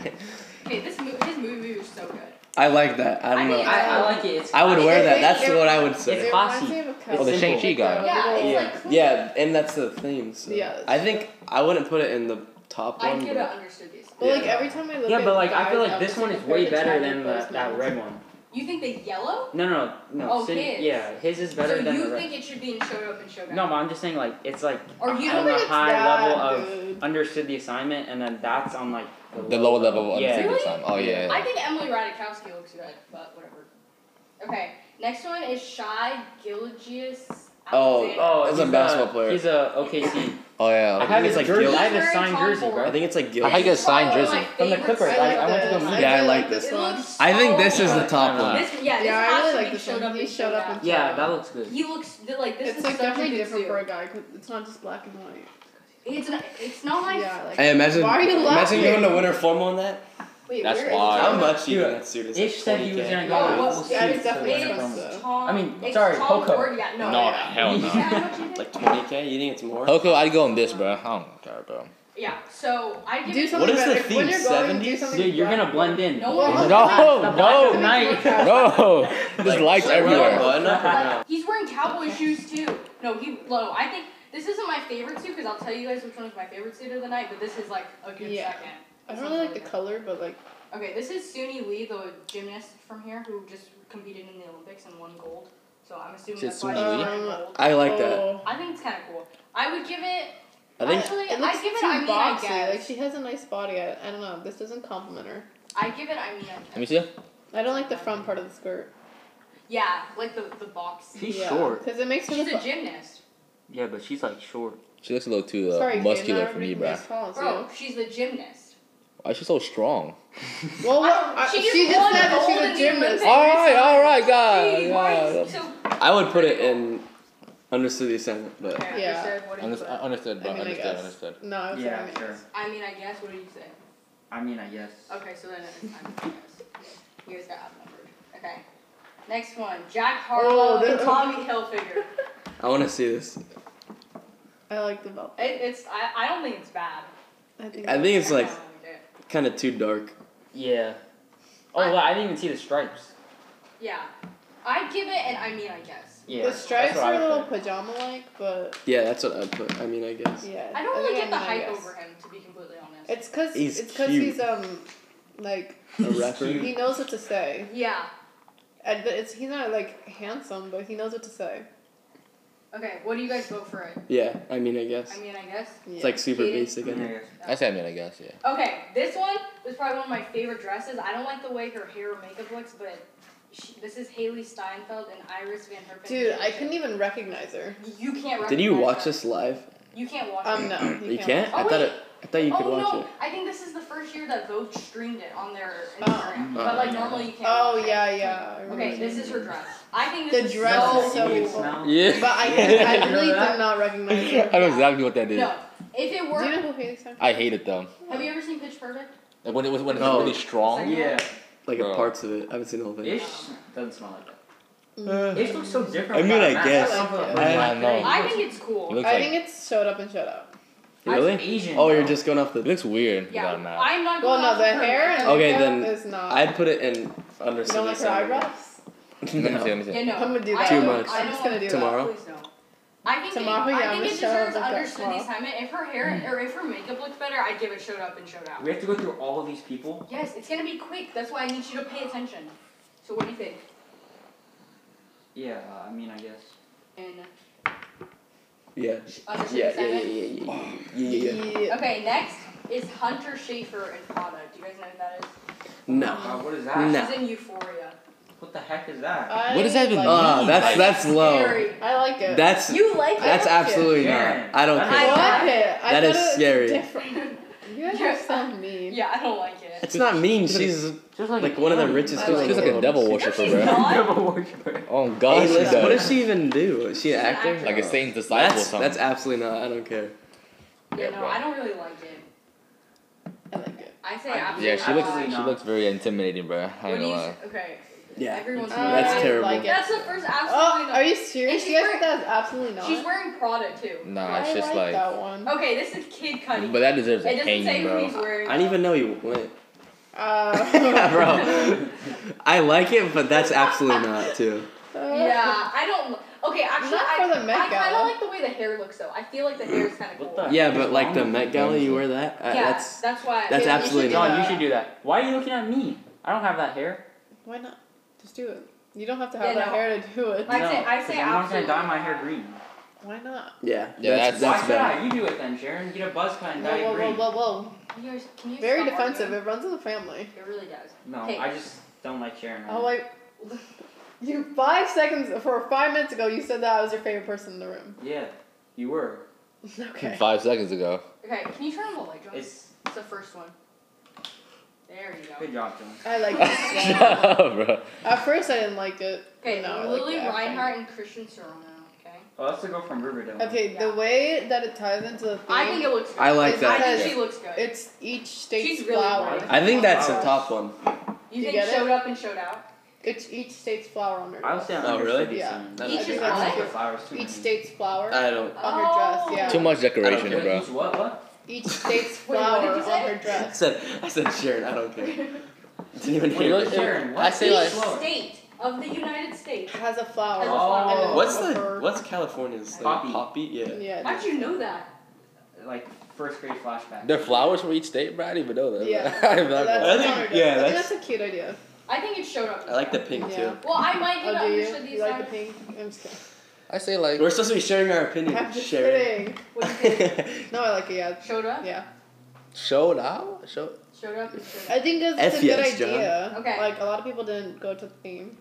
Speaker 1: Okay, this mo- his movie was so good.
Speaker 4: I like that. I
Speaker 1: I
Speaker 4: don't
Speaker 1: mean,
Speaker 4: know.
Speaker 5: I, I like it. It's
Speaker 4: I would
Speaker 2: It's
Speaker 4: wear that.
Speaker 2: really
Speaker 4: That's
Speaker 2: cute.
Speaker 4: what I would
Speaker 5: It's
Speaker 4: say.
Speaker 2: It
Speaker 5: classy.
Speaker 2: reminds me of a coat.
Speaker 3: Oh, the Shang-Chi guy.
Speaker 2: Like,
Speaker 1: Yeah,
Speaker 2: little-
Speaker 1: it's
Speaker 4: yeah.
Speaker 1: like cool.
Speaker 4: yeah, and that's the theme. So.
Speaker 2: Yeah, it's
Speaker 4: I think I wouldn't put it in the top
Speaker 1: I
Speaker 4: one.
Speaker 1: could
Speaker 4: but-
Speaker 1: have understood these.
Speaker 2: But like
Speaker 4: Yeah.
Speaker 2: every time I look
Speaker 5: yeah,
Speaker 2: at
Speaker 5: but like I feel
Speaker 2: guys'
Speaker 5: like this
Speaker 2: outfits,
Speaker 5: one
Speaker 2: I
Speaker 5: is
Speaker 2: compare
Speaker 5: way
Speaker 2: the
Speaker 5: better
Speaker 2: Chinese
Speaker 5: than the,
Speaker 2: versus
Speaker 5: that
Speaker 2: mine.
Speaker 5: red one.
Speaker 1: You think the yellow?
Speaker 5: No, no, no.
Speaker 1: Oh,
Speaker 5: City-
Speaker 1: his.
Speaker 5: Yeah, his is better
Speaker 1: so
Speaker 5: than
Speaker 1: you
Speaker 5: the red.
Speaker 1: think it should be in Showed Up and Showdown?
Speaker 5: No, but I'm just saying like it's like
Speaker 1: Or you
Speaker 2: I
Speaker 1: don't
Speaker 2: don't
Speaker 5: on the
Speaker 2: think it's
Speaker 5: high
Speaker 2: that
Speaker 5: level of
Speaker 2: good.
Speaker 5: understood the assignment, and then that's on like
Speaker 3: The lower level of
Speaker 5: Yeah.
Speaker 3: yeah.
Speaker 1: Really?
Speaker 3: time. Oh yeah.
Speaker 1: I think Emily Ratajkowski looks good, but whatever. Okay, next one is Shy Gilgeous.
Speaker 4: Oh,
Speaker 1: Alexander.
Speaker 5: Oh,
Speaker 4: As a
Speaker 5: he's
Speaker 4: basketball player.
Speaker 5: He's a OKC.
Speaker 3: Oh
Speaker 5: I
Speaker 3: yeah.
Speaker 5: have
Speaker 4: it's
Speaker 5: his
Speaker 4: like
Speaker 5: jersey.
Speaker 4: Gil-
Speaker 5: I have his
Speaker 1: Very
Speaker 5: signed
Speaker 1: tall
Speaker 5: jersey,
Speaker 1: boy.
Speaker 5: bro.
Speaker 4: I think it's like
Speaker 3: I
Speaker 4: Gilbert.
Speaker 3: think
Speaker 1: This
Speaker 3: it's
Speaker 1: is
Speaker 3: signed
Speaker 1: probably one of
Speaker 3: jersey.
Speaker 1: my
Speaker 5: From the
Speaker 1: favorites.
Speaker 5: Clippers, I- I went to go
Speaker 2: this.
Speaker 5: meet
Speaker 4: Yeah, I
Speaker 2: really
Speaker 4: like
Speaker 1: It
Speaker 4: this
Speaker 2: one.
Speaker 1: looks
Speaker 4: I think
Speaker 1: so
Speaker 4: this is the
Speaker 1: good.
Speaker 4: top
Speaker 5: Yeah,
Speaker 4: one.
Speaker 1: This, yeah, this
Speaker 2: Yeah, I
Speaker 1: has
Speaker 2: really
Speaker 1: to
Speaker 2: like
Speaker 1: be
Speaker 2: this
Speaker 1: showed
Speaker 2: one.
Speaker 1: up.
Speaker 2: He
Speaker 1: and
Speaker 2: showed up and-
Speaker 5: Yeah, that looks good.
Speaker 1: He looks th- like this
Speaker 2: It's
Speaker 1: is
Speaker 2: like
Speaker 1: such a
Speaker 2: definitely
Speaker 1: good
Speaker 2: different for a
Speaker 1: suit.
Speaker 2: guy. 'cause It's not just black and white.
Speaker 1: It's not. It's not like.
Speaker 2: Yeah, like.
Speaker 4: Hey, imagine,
Speaker 2: Why are you
Speaker 4: imagine
Speaker 2: laughing?
Speaker 4: going to winter formal on that.
Speaker 2: Wait,
Speaker 3: That's
Speaker 2: where is it?
Speaker 3: why.
Speaker 4: How much do you
Speaker 5: Dude,
Speaker 4: think that suit is?
Speaker 5: Ish
Speaker 4: like
Speaker 5: said he was
Speaker 4: 40K?
Speaker 5: gonna go.
Speaker 1: Oh,
Speaker 5: full
Speaker 1: well,
Speaker 5: suit
Speaker 2: yeah, it's
Speaker 5: to the
Speaker 2: definitely
Speaker 5: Winter Olympics.
Speaker 1: It's
Speaker 2: expensive.
Speaker 1: Tom.
Speaker 5: I mean,
Speaker 1: it's
Speaker 5: sorry,
Speaker 1: Tom
Speaker 5: Coco.
Speaker 1: Ford, Yeah, no.
Speaker 3: No,
Speaker 1: yeah.
Speaker 3: hell
Speaker 1: Is
Speaker 3: no.
Speaker 1: that what you think?
Speaker 4: Like 20k? You think it's more?
Speaker 3: Hoko, I'd go on this, bro. I don't care, bro.
Speaker 1: Yeah. So I give.
Speaker 2: Do
Speaker 1: it-
Speaker 2: something
Speaker 4: is the
Speaker 2: better.
Speaker 4: theme,
Speaker 2: When you're going, do
Speaker 4: 70s?
Speaker 2: something
Speaker 5: Dude, you're
Speaker 2: black.
Speaker 5: gonna blend in.
Speaker 1: No,
Speaker 2: Well,
Speaker 1: no.
Speaker 3: No,
Speaker 5: black
Speaker 3: no,
Speaker 5: tonight.
Speaker 3: no. There's
Speaker 4: Like,
Speaker 3: lights
Speaker 4: should I wear a
Speaker 3: everywhere.
Speaker 4: button up or no?
Speaker 1: He's wearing cowboy shoes too. No, he low. I think this isn't my favorite suit because I'll tell you guys which one's my favorite suit of the night, but this is like a good
Speaker 2: Yeah.
Speaker 1: second.
Speaker 2: I don't really like the color, but like
Speaker 1: Okay, this is Suni Lee, the gymnast from here who just competed in the Olympics and won gold. So I'm assuming
Speaker 3: Is it
Speaker 1: that's why
Speaker 3: Suni
Speaker 1: she
Speaker 2: Lee?
Speaker 1: won gold.
Speaker 4: I like that.
Speaker 2: oh.
Speaker 1: I think it's kind of cool. I would give it.
Speaker 4: I think
Speaker 1: actually,
Speaker 2: It looks
Speaker 1: I give it.
Speaker 2: too
Speaker 1: I mean,
Speaker 2: boxy.
Speaker 1: I guess.
Speaker 2: Like she has a nice body. I, I don't know. This doesn't compliment her.
Speaker 1: I give it. I mean, I
Speaker 3: Let
Speaker 1: guess.
Speaker 3: me see.
Speaker 2: I don't like the front part of the skirt.
Speaker 1: Yeah, like the the box.
Speaker 5: She's
Speaker 2: yeah.
Speaker 5: short.
Speaker 2: Because it makes her
Speaker 1: She's
Speaker 2: look.
Speaker 1: a gymnast,
Speaker 5: Yeah, but she's like short.
Speaker 3: She looks a little too
Speaker 2: Sorry,
Speaker 3: uh,
Speaker 2: kid,
Speaker 3: muscular
Speaker 2: not
Speaker 3: for me,
Speaker 2: everybody
Speaker 3: bro.
Speaker 2: can be tall as
Speaker 1: bro.
Speaker 2: you.
Speaker 1: She's a gymnast.
Speaker 3: Why is she so strong?
Speaker 2: Well,
Speaker 1: I-
Speaker 2: Oh, what, I,
Speaker 1: she
Speaker 2: she,
Speaker 1: just
Speaker 2: just
Speaker 1: won
Speaker 2: said that
Speaker 1: gold in
Speaker 2: she's
Speaker 1: the
Speaker 2: a gymnast.
Speaker 1: Olympics.
Speaker 3: All right, all right,
Speaker 1: Jeez, why
Speaker 3: God.
Speaker 1: is-
Speaker 3: God.
Speaker 1: so
Speaker 4: I would put it in understood the assignment, but
Speaker 1: Okay,
Speaker 2: Yeah.
Speaker 1: understood, what do you
Speaker 3: Unders-
Speaker 4: uh,
Speaker 1: put?
Speaker 3: uh, Understood,
Speaker 2: I
Speaker 3: bro.
Speaker 2: mean, I
Speaker 3: Understood,
Speaker 2: guess.
Speaker 3: understood.
Speaker 2: No, I was
Speaker 5: Yeah,
Speaker 2: saying
Speaker 5: sure.
Speaker 1: I mean, I guess. What do you say?
Speaker 5: I mean, I guess.
Speaker 1: Okay, so then it's time for guess. You guys got outnumbered. Okay. Next one, Jack Harlow
Speaker 2: Oh,
Speaker 1: and
Speaker 2: the-
Speaker 1: Tommy Hilfiger.
Speaker 4: I want to see this.
Speaker 2: I like the belt.
Speaker 1: It, it's I, I don't think it's bad.
Speaker 2: I think.
Speaker 4: I think it's
Speaker 1: I
Speaker 4: like
Speaker 1: don't like it.
Speaker 4: kind of too dark.
Speaker 5: Yeah. Oh,
Speaker 1: I-
Speaker 5: well, I didn't even see the stripes.
Speaker 1: Yeah, I give it and I mean I guess.
Speaker 5: Yeah.
Speaker 2: the stripes
Speaker 5: that's
Speaker 2: are
Speaker 5: what I
Speaker 2: a
Speaker 5: would
Speaker 2: little
Speaker 5: put.
Speaker 2: pajama like, but
Speaker 4: Yeah, that's what I'd put. I mean, I guess.
Speaker 2: yeah.
Speaker 1: I don't really get
Speaker 2: think
Speaker 1: the
Speaker 2: I mean, I
Speaker 1: hype
Speaker 2: guess.
Speaker 1: over him to be completely honest.
Speaker 2: It's cause
Speaker 4: He's
Speaker 2: it's cause
Speaker 4: cute.
Speaker 2: he's um like
Speaker 4: A rapper.
Speaker 2: he knows what to say.
Speaker 1: yeah.
Speaker 2: And but it's he's not like handsome, but he knows what to say.
Speaker 1: Okay, what do you guys vote for it?
Speaker 4: Yeah, I mean, I guess.
Speaker 1: I mean I guess.
Speaker 2: Yeah.
Speaker 4: It's like super
Speaker 1: Cheating.
Speaker 4: basic. I
Speaker 5: Yeah, I
Speaker 4: think.
Speaker 5: guess.
Speaker 3: I say I mean, I guess, yeah.
Speaker 1: Okay, this one was probably one of my favorite dresses. I don't like the way her hair or makeup looks, but she, this is Haley Steinfeld and Iris Van Herpen.
Speaker 2: Dude, I couldn't even recognize her.
Speaker 1: You can't.
Speaker 4: Did you
Speaker 1: recognize
Speaker 4: watch
Speaker 1: her.
Speaker 4: this live?
Speaker 1: You can't watch
Speaker 2: Um,
Speaker 1: it.
Speaker 2: no,
Speaker 4: You can't.
Speaker 1: Oh,
Speaker 4: I thought
Speaker 1: wait.
Speaker 4: it. I thought you could
Speaker 1: oh
Speaker 4: watch
Speaker 1: no!
Speaker 4: it.
Speaker 1: I think this is the first year that Vogue streamed it on their
Speaker 2: Oh.
Speaker 1: Instagram.
Speaker 4: Mm.
Speaker 1: but like normally you can't.
Speaker 2: Oh
Speaker 1: watch it.
Speaker 2: yeah, yeah. I remember.
Speaker 1: Okay, this is her dress. I think
Speaker 2: The
Speaker 1: this is
Speaker 2: dress
Speaker 1: so
Speaker 2: is so
Speaker 1: cool.
Speaker 5: You can
Speaker 2: cool.
Speaker 5: smell.
Speaker 4: Yeah.
Speaker 2: But I, I really
Speaker 5: Remember that?
Speaker 2: did not recognize
Speaker 3: I
Speaker 2: her.
Speaker 3: know exactly what that is.
Speaker 1: No, if it were,
Speaker 2: Do you know who Haley Steinfeld?
Speaker 3: I hate it though.
Speaker 1: have you ever seen Pitch Perfect?
Speaker 3: Like when it was when it's
Speaker 4: No.
Speaker 3: really strong.
Speaker 5: Yeah.
Speaker 4: Like
Speaker 3: Bro.
Speaker 4: parts of it. I haven't seen the whole thing.
Speaker 5: Ish doesn't smell like that.
Speaker 2: Mm.
Speaker 5: Ish looks so different.
Speaker 4: I mean,
Speaker 5: without
Speaker 4: I
Speaker 5: a mask.
Speaker 4: guess.
Speaker 5: That's something
Speaker 4: I-
Speaker 5: about
Speaker 3: I know.
Speaker 5: He
Speaker 1: I
Speaker 5: looks-
Speaker 1: think it's
Speaker 3: It
Speaker 1: cool.
Speaker 3: looks
Speaker 2: I
Speaker 3: like
Speaker 2: think it's showed up and shut out.
Speaker 4: Really?
Speaker 5: That's Asian.
Speaker 4: Oh, you're
Speaker 5: though.
Speaker 4: just going off
Speaker 3: it
Speaker 4: the.
Speaker 3: looks weird
Speaker 1: Yeah,
Speaker 3: without a mask.
Speaker 1: I'm not
Speaker 2: Well,
Speaker 1: going.
Speaker 2: no,
Speaker 1: off
Speaker 2: the
Speaker 1: of her.
Speaker 2: hair and
Speaker 4: Okay,
Speaker 2: makeup
Speaker 4: then
Speaker 2: is not.
Speaker 4: I'd put it in under.
Speaker 2: Uh, you don't like her eyebrows?
Speaker 3: Let me see, let
Speaker 4: No.
Speaker 3: me see.
Speaker 1: Yeah, no.
Speaker 2: I'm gonna
Speaker 1: I
Speaker 2: do that.
Speaker 1: don't-
Speaker 4: Too much.
Speaker 1: I
Speaker 2: I'm
Speaker 1: don't
Speaker 2: just gonna
Speaker 1: want-
Speaker 2: do
Speaker 4: Tomorrow?
Speaker 1: Please no. I think
Speaker 2: Tomorrow,
Speaker 1: it,
Speaker 2: yeah,
Speaker 1: I
Speaker 2: I'm
Speaker 1: think it
Speaker 2: gonna show
Speaker 1: deserves
Speaker 2: up and
Speaker 1: understood the
Speaker 2: tomorrow.
Speaker 1: assignment. If her hair
Speaker 4: Mm.
Speaker 1: or if her makeup looked better, I'd give it showed up and showed out.
Speaker 5: We have to go through all of these people.
Speaker 1: Yes, it's gonna be quick. That's why I need you to pay attention. So what do you think?
Speaker 5: Yeah, I mean, I guess.
Speaker 1: And
Speaker 4: Yeah.
Speaker 1: understood
Speaker 4: Yeah,
Speaker 1: the
Speaker 4: yeah, yeah,
Speaker 1: assignment.
Speaker 4: yeah, yeah, yeah,
Speaker 2: that.
Speaker 4: yeah, yeah.
Speaker 2: Yeah.
Speaker 1: Okay, next is Hunter Schafer and Prada. Do you guys know who that is?
Speaker 4: No.
Speaker 5: Wow, what is that?
Speaker 4: No.
Speaker 1: She's in Euphoria.
Speaker 5: What the heck is that?
Speaker 2: I
Speaker 3: What does that even
Speaker 2: like,
Speaker 3: mean?
Speaker 4: Ah, that's that's low.
Speaker 1: Scary.
Speaker 2: I like it.
Speaker 4: That's
Speaker 1: You like
Speaker 2: I
Speaker 4: that's
Speaker 2: like it.
Speaker 4: absolutely
Speaker 5: Yeah.
Speaker 4: not. I don't
Speaker 5: That's
Speaker 2: I
Speaker 4: care.
Speaker 5: not-
Speaker 2: like it. I
Speaker 4: That is
Speaker 2: thought it was
Speaker 4: scary.
Speaker 2: Different. You guys are so mean.
Speaker 1: Yeah, I don't like it.
Speaker 4: It's not mean. She's
Speaker 5: She's
Speaker 4: like one of the richest
Speaker 2: I
Speaker 4: girls
Speaker 2: like
Speaker 4: in
Speaker 3: She's
Speaker 4: the
Speaker 3: like a
Speaker 4: world.
Speaker 3: devil
Speaker 1: No,
Speaker 3: worshiper,
Speaker 1: she's
Speaker 3: bro.
Speaker 1: not.
Speaker 5: Devil worshiper.
Speaker 3: Oh god, she
Speaker 4: A-list.
Speaker 3: does.
Speaker 4: What does she even do? Is she an
Speaker 1: She's an
Speaker 4: actor?
Speaker 1: actor.
Speaker 3: Like a Satan's disciple or
Speaker 4: That's
Speaker 3: something.
Speaker 4: that's absolutely not. I don't care.
Speaker 1: Yeah,
Speaker 3: Yeah,
Speaker 1: no,
Speaker 3: bro.
Speaker 1: I don't really like it.
Speaker 2: I like it.
Speaker 1: I say
Speaker 5: I-
Speaker 1: absolutely.
Speaker 3: yeah, she looks
Speaker 1: not.
Speaker 5: Absolutely
Speaker 3: she
Speaker 5: not.
Speaker 3: looks very intimidating, bro. I
Speaker 1: What
Speaker 3: ain't
Speaker 1: do
Speaker 3: gonna
Speaker 1: you?
Speaker 3: lie.
Speaker 1: Okay.
Speaker 4: Yeah.
Speaker 1: Everyone's.
Speaker 2: I
Speaker 4: That's
Speaker 2: like
Speaker 4: terrible.
Speaker 2: it.
Speaker 1: That's the first absolutely.
Speaker 2: Oh,
Speaker 1: not.
Speaker 2: are you
Speaker 1: And
Speaker 2: serious?
Speaker 1: she's
Speaker 2: You guys
Speaker 1: wearing-
Speaker 2: think that's absolutely not?
Speaker 1: She's wearing Oh. Prada too.
Speaker 3: Nah,
Speaker 2: I
Speaker 3: it's just
Speaker 2: like,
Speaker 3: like,
Speaker 2: that one.
Speaker 1: Okay, this is Kid Cudi.
Speaker 3: but that deserves
Speaker 1: it
Speaker 3: a
Speaker 1: doesn't say
Speaker 3: hanging,
Speaker 1: who
Speaker 3: bro.
Speaker 1: he's wearing.
Speaker 4: I didn't even know you went.
Speaker 2: Uh,
Speaker 4: Bro, I like it, but that's absolutely not too.
Speaker 1: Yeah, I don't. Okay, actually,
Speaker 2: Uh, Not
Speaker 1: I,
Speaker 2: for the Met
Speaker 1: I kind
Speaker 2: Gala.
Speaker 1: of like the way the hair looks though. I feel like the hair is kind of cool.
Speaker 5: What the-
Speaker 4: Yeah, but like the Met Gala, you wear that. Uh,
Speaker 1: yeah,
Speaker 4: That's
Speaker 1: why.
Speaker 4: that's
Speaker 2: Yeah, you
Speaker 4: absolutely
Speaker 2: should
Speaker 4: not.
Speaker 5: John, you should do that. Why are you looking at me? I don't have that hair.
Speaker 2: Why not? Just do it. You don't have to have
Speaker 1: Yeah,
Speaker 2: that
Speaker 1: no.
Speaker 2: hair to do it.
Speaker 1: I'd
Speaker 5: no,
Speaker 1: say- I'd
Speaker 5: 'cause
Speaker 1: say
Speaker 5: I'm not gonna
Speaker 1: absolutely
Speaker 5: dye my hair
Speaker 1: not.
Speaker 5: green.
Speaker 2: Why not?
Speaker 4: Yeah,
Speaker 3: Yeah,
Speaker 4: that's
Speaker 3: that's-
Speaker 4: that's
Speaker 5: Why
Speaker 4: bad.
Speaker 5: should I? You do it then, Sharon. Get a buzz cut and
Speaker 2: Whoa,
Speaker 5: dye it
Speaker 2: whoa, whoa,
Speaker 5: green.
Speaker 2: whoa, whoa.
Speaker 1: You're, can you
Speaker 2: Very
Speaker 1: stop arguing?
Speaker 2: defensive. It runs in the family.
Speaker 1: It really does.
Speaker 5: No,
Speaker 1: Okay.
Speaker 5: I just don't like Sharon.
Speaker 2: Oh, like, you five seconds, for five minutes ago, you said that I was your favorite person in the room.
Speaker 5: Yeah, you were.
Speaker 2: Okay.
Speaker 3: Five seconds ago.
Speaker 1: Okay, can you turn on the light, John? It's,
Speaker 5: It's
Speaker 1: the first one. There you go.
Speaker 5: good job, John.
Speaker 2: I like
Speaker 3: Shut
Speaker 2: it.
Speaker 3: up, bro.
Speaker 2: At first, I didn't like it.
Speaker 1: Okay,
Speaker 2: No, I like
Speaker 1: Lily
Speaker 2: that, okay.
Speaker 1: Reinhardt and Christian Serrano. Okay.
Speaker 5: Oh, that's the girl from Riverdale.
Speaker 2: Okay,
Speaker 1: Yeah.
Speaker 2: the way that it ties into the theme,
Speaker 1: I think it looks. Good.
Speaker 4: I like
Speaker 1: I
Speaker 4: that.
Speaker 1: think
Speaker 2: Because
Speaker 1: she looks good.
Speaker 2: it's each state's
Speaker 1: She's really
Speaker 2: flower.
Speaker 5: white.
Speaker 4: I think that's the top one.
Speaker 1: you
Speaker 2: you
Speaker 1: think
Speaker 2: get it?
Speaker 1: showed up and showed out?
Speaker 2: It's each state's flower on her
Speaker 5: I would
Speaker 2: dress.
Speaker 5: say I'm
Speaker 4: Oh, really?
Speaker 5: understudy
Speaker 2: Yeah.
Speaker 5: someone.
Speaker 4: That
Speaker 5: I
Speaker 4: Each
Speaker 5: think
Speaker 1: is
Speaker 5: I
Speaker 1: what?
Speaker 5: like the flowers too.
Speaker 2: Each
Speaker 5: many.
Speaker 2: states flower
Speaker 4: I don't.
Speaker 2: on her dress,
Speaker 1: Oh.
Speaker 2: yeah.
Speaker 3: Too much decoration,
Speaker 4: I don't
Speaker 3: bro.
Speaker 5: Each what? What?
Speaker 2: Each state's
Speaker 1: Wait, what
Speaker 2: flower
Speaker 1: did you
Speaker 2: on
Speaker 1: say?
Speaker 2: her
Speaker 4: I
Speaker 2: dress.
Speaker 4: said I said Sharon. I don't care. Didn't even
Speaker 5: Wait,
Speaker 4: hear
Speaker 5: look,
Speaker 4: it.
Speaker 5: Sharon. What?
Speaker 3: I say,
Speaker 1: Each
Speaker 3: like-
Speaker 5: Slower.
Speaker 1: state of the United States.
Speaker 2: Has a flower.
Speaker 1: Has a
Speaker 5: flower.
Speaker 2: on it.
Speaker 4: What's
Speaker 2: Of
Speaker 4: the
Speaker 2: her-
Speaker 4: what's California's thing?
Speaker 5: Poppy.
Speaker 4: Poppy? Yeah.
Speaker 2: Yeah.
Speaker 1: How'd you know that?
Speaker 5: Like first grade flashback.
Speaker 3: They're flowers for each state, bro. I didn't even know that.
Speaker 2: Yeah.
Speaker 3: I'm not
Speaker 2: That's
Speaker 3: gonna-
Speaker 4: I think-
Speaker 2: on her dress.
Speaker 4: yeah,
Speaker 2: I think
Speaker 4: that's-
Speaker 2: that's a cute idea.
Speaker 1: I think it showed up.
Speaker 4: I like the pink
Speaker 2: Yeah.
Speaker 1: Well, I might get
Speaker 2: Oh, do
Speaker 1: understood
Speaker 2: you?
Speaker 1: these
Speaker 2: You like the
Speaker 1: times.
Speaker 2: pink? I'm just kidding.
Speaker 3: I say
Speaker 4: too.
Speaker 3: like
Speaker 4: We're supposed to be sharing our
Speaker 2: I'm
Speaker 4: opinions.
Speaker 2: just
Speaker 4: Sharon.
Speaker 2: kidding.
Speaker 1: What do you think?
Speaker 2: No, I like it, yeah.
Speaker 1: showed up.
Speaker 2: Yeah.
Speaker 3: showed out. Show.
Speaker 1: Showed up. and showed up.
Speaker 2: I think that's
Speaker 4: F
Speaker 2: it's a
Speaker 4: yes,
Speaker 2: good
Speaker 4: John.
Speaker 2: idea.
Speaker 1: Okay.
Speaker 2: Like, a lot of people didn't go to the theme.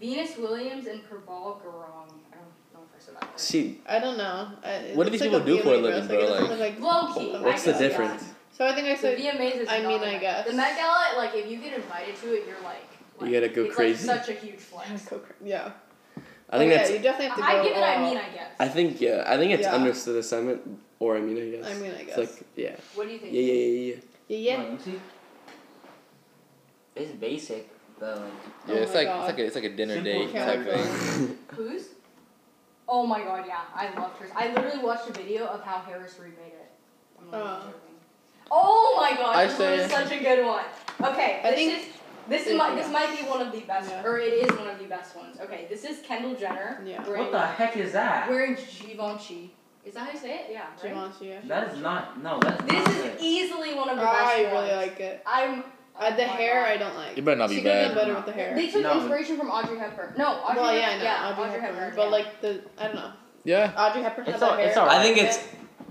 Speaker 1: Venus Williams and Prabal Gurung. I don't know if I said that right.
Speaker 4: She.
Speaker 2: I don't know. I, it
Speaker 3: What do
Speaker 2: looks
Speaker 3: these
Speaker 2: like
Speaker 3: people do for a living,
Speaker 2: feeling dress, like,
Speaker 3: bro?
Speaker 2: it doesn't look
Speaker 1: Low key.
Speaker 4: What's
Speaker 1: I guess,
Speaker 4: the difference?
Speaker 2: so I think I
Speaker 1: Yeah. The
Speaker 2: said
Speaker 1: VMAs is
Speaker 2: I
Speaker 1: not
Speaker 2: mean,
Speaker 1: the
Speaker 2: I
Speaker 1: Met-
Speaker 2: guess.
Speaker 1: The Met Gala, like, if you get invited to it, you're like,
Speaker 4: You
Speaker 1: like,
Speaker 4: gotta go
Speaker 1: it's,
Speaker 4: crazy.
Speaker 1: Like, such a huge flex.
Speaker 2: Yeah, go cra- yeah.
Speaker 4: I think
Speaker 2: Oh, yeah,
Speaker 4: that's.
Speaker 2: you definitely have to go.
Speaker 1: I give it. I
Speaker 2: all
Speaker 1: mean,
Speaker 2: out.
Speaker 1: I guess.
Speaker 4: I think yeah. I think it's
Speaker 2: Yeah.
Speaker 4: understood assignment, or I mean I guess.
Speaker 2: I mean, I guess.
Speaker 4: It's like yeah.
Speaker 1: what do you think?
Speaker 4: Yeah yeah yeah yeah.
Speaker 2: yeah,
Speaker 5: Wait, let me see. It's basic, but like
Speaker 3: Yeah,
Speaker 2: Oh
Speaker 3: it's
Speaker 2: my
Speaker 3: like
Speaker 2: God.
Speaker 3: it's like a, it's like a dinner
Speaker 5: Simple
Speaker 3: date
Speaker 2: Counter
Speaker 3: type thing.
Speaker 2: Girls.
Speaker 1: Who's? Oh my god, yeah, I loved hers. I literally watched a video of how Harris remade it. I'm not even
Speaker 2: Oh.
Speaker 1: joking. Oh my god,
Speaker 3: I
Speaker 1: this
Speaker 3: say-
Speaker 1: one is such a good one. Okay,
Speaker 2: I
Speaker 1: this
Speaker 2: think-
Speaker 1: is this is my, this might be one of the best,
Speaker 2: Yeah.
Speaker 1: or it is one of the best ones. Okay, this is Kendall Jenner
Speaker 2: Yeah. What
Speaker 1: wearing
Speaker 5: what the heck is that?
Speaker 1: wearing Givenchy. Is that how you say it? Yeah. Right?
Speaker 2: Givenchy, yeah.
Speaker 5: That is not no. That's
Speaker 1: This
Speaker 5: not
Speaker 1: is e
Speaker 5: good.
Speaker 1: easily one of the best
Speaker 2: I
Speaker 1: ones.
Speaker 2: really like it.
Speaker 1: I'm
Speaker 2: Uh, the
Speaker 1: oh my
Speaker 2: hair,
Speaker 1: God.
Speaker 2: I don't like.
Speaker 3: It better not be
Speaker 2: she could have done
Speaker 5: bad.
Speaker 2: better with the hair.
Speaker 1: They took
Speaker 5: No.
Speaker 1: inspiration from Audrey Hepburn. No, Audrey
Speaker 2: well, yeah, I
Speaker 1: Hepburn.
Speaker 2: know. Audrey, Hepburn,
Speaker 1: yeah.
Speaker 2: but like the I don't know.
Speaker 3: Yeah.
Speaker 2: Audrey Hepburn had
Speaker 5: It's
Speaker 2: that
Speaker 5: all-
Speaker 2: hair.
Speaker 5: it's all
Speaker 4: I
Speaker 5: right.
Speaker 4: think it's.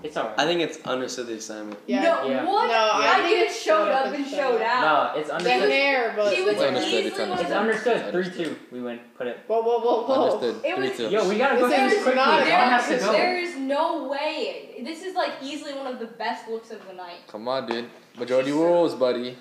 Speaker 5: It's alright.
Speaker 4: I think it's understood the assignment.
Speaker 2: yeah.
Speaker 1: No,
Speaker 5: Yeah.
Speaker 1: what?
Speaker 2: No, I
Speaker 1: I
Speaker 2: think
Speaker 1: think
Speaker 2: it
Speaker 1: showed up and showed out.
Speaker 5: no, it's
Speaker 2: The
Speaker 5: understood.
Speaker 2: hair, but
Speaker 1: She was
Speaker 3: It's understood, it's
Speaker 1: easily one of
Speaker 5: It's
Speaker 1: the-
Speaker 5: understood. Three two. We win. Put it.
Speaker 2: whoa, whoa, whoa, whoa.
Speaker 3: Understood.
Speaker 1: Oh, It
Speaker 3: Three
Speaker 1: was-
Speaker 3: two.
Speaker 5: Yo, we gotta go
Speaker 2: This
Speaker 5: through
Speaker 2: is
Speaker 5: this quickly.
Speaker 2: not
Speaker 5: John
Speaker 2: an
Speaker 5: has to
Speaker 2: option.
Speaker 5: go.
Speaker 1: There is no way. This is like easily one of the best looks of the night.
Speaker 3: Come on, dude. Majority rules, buddy.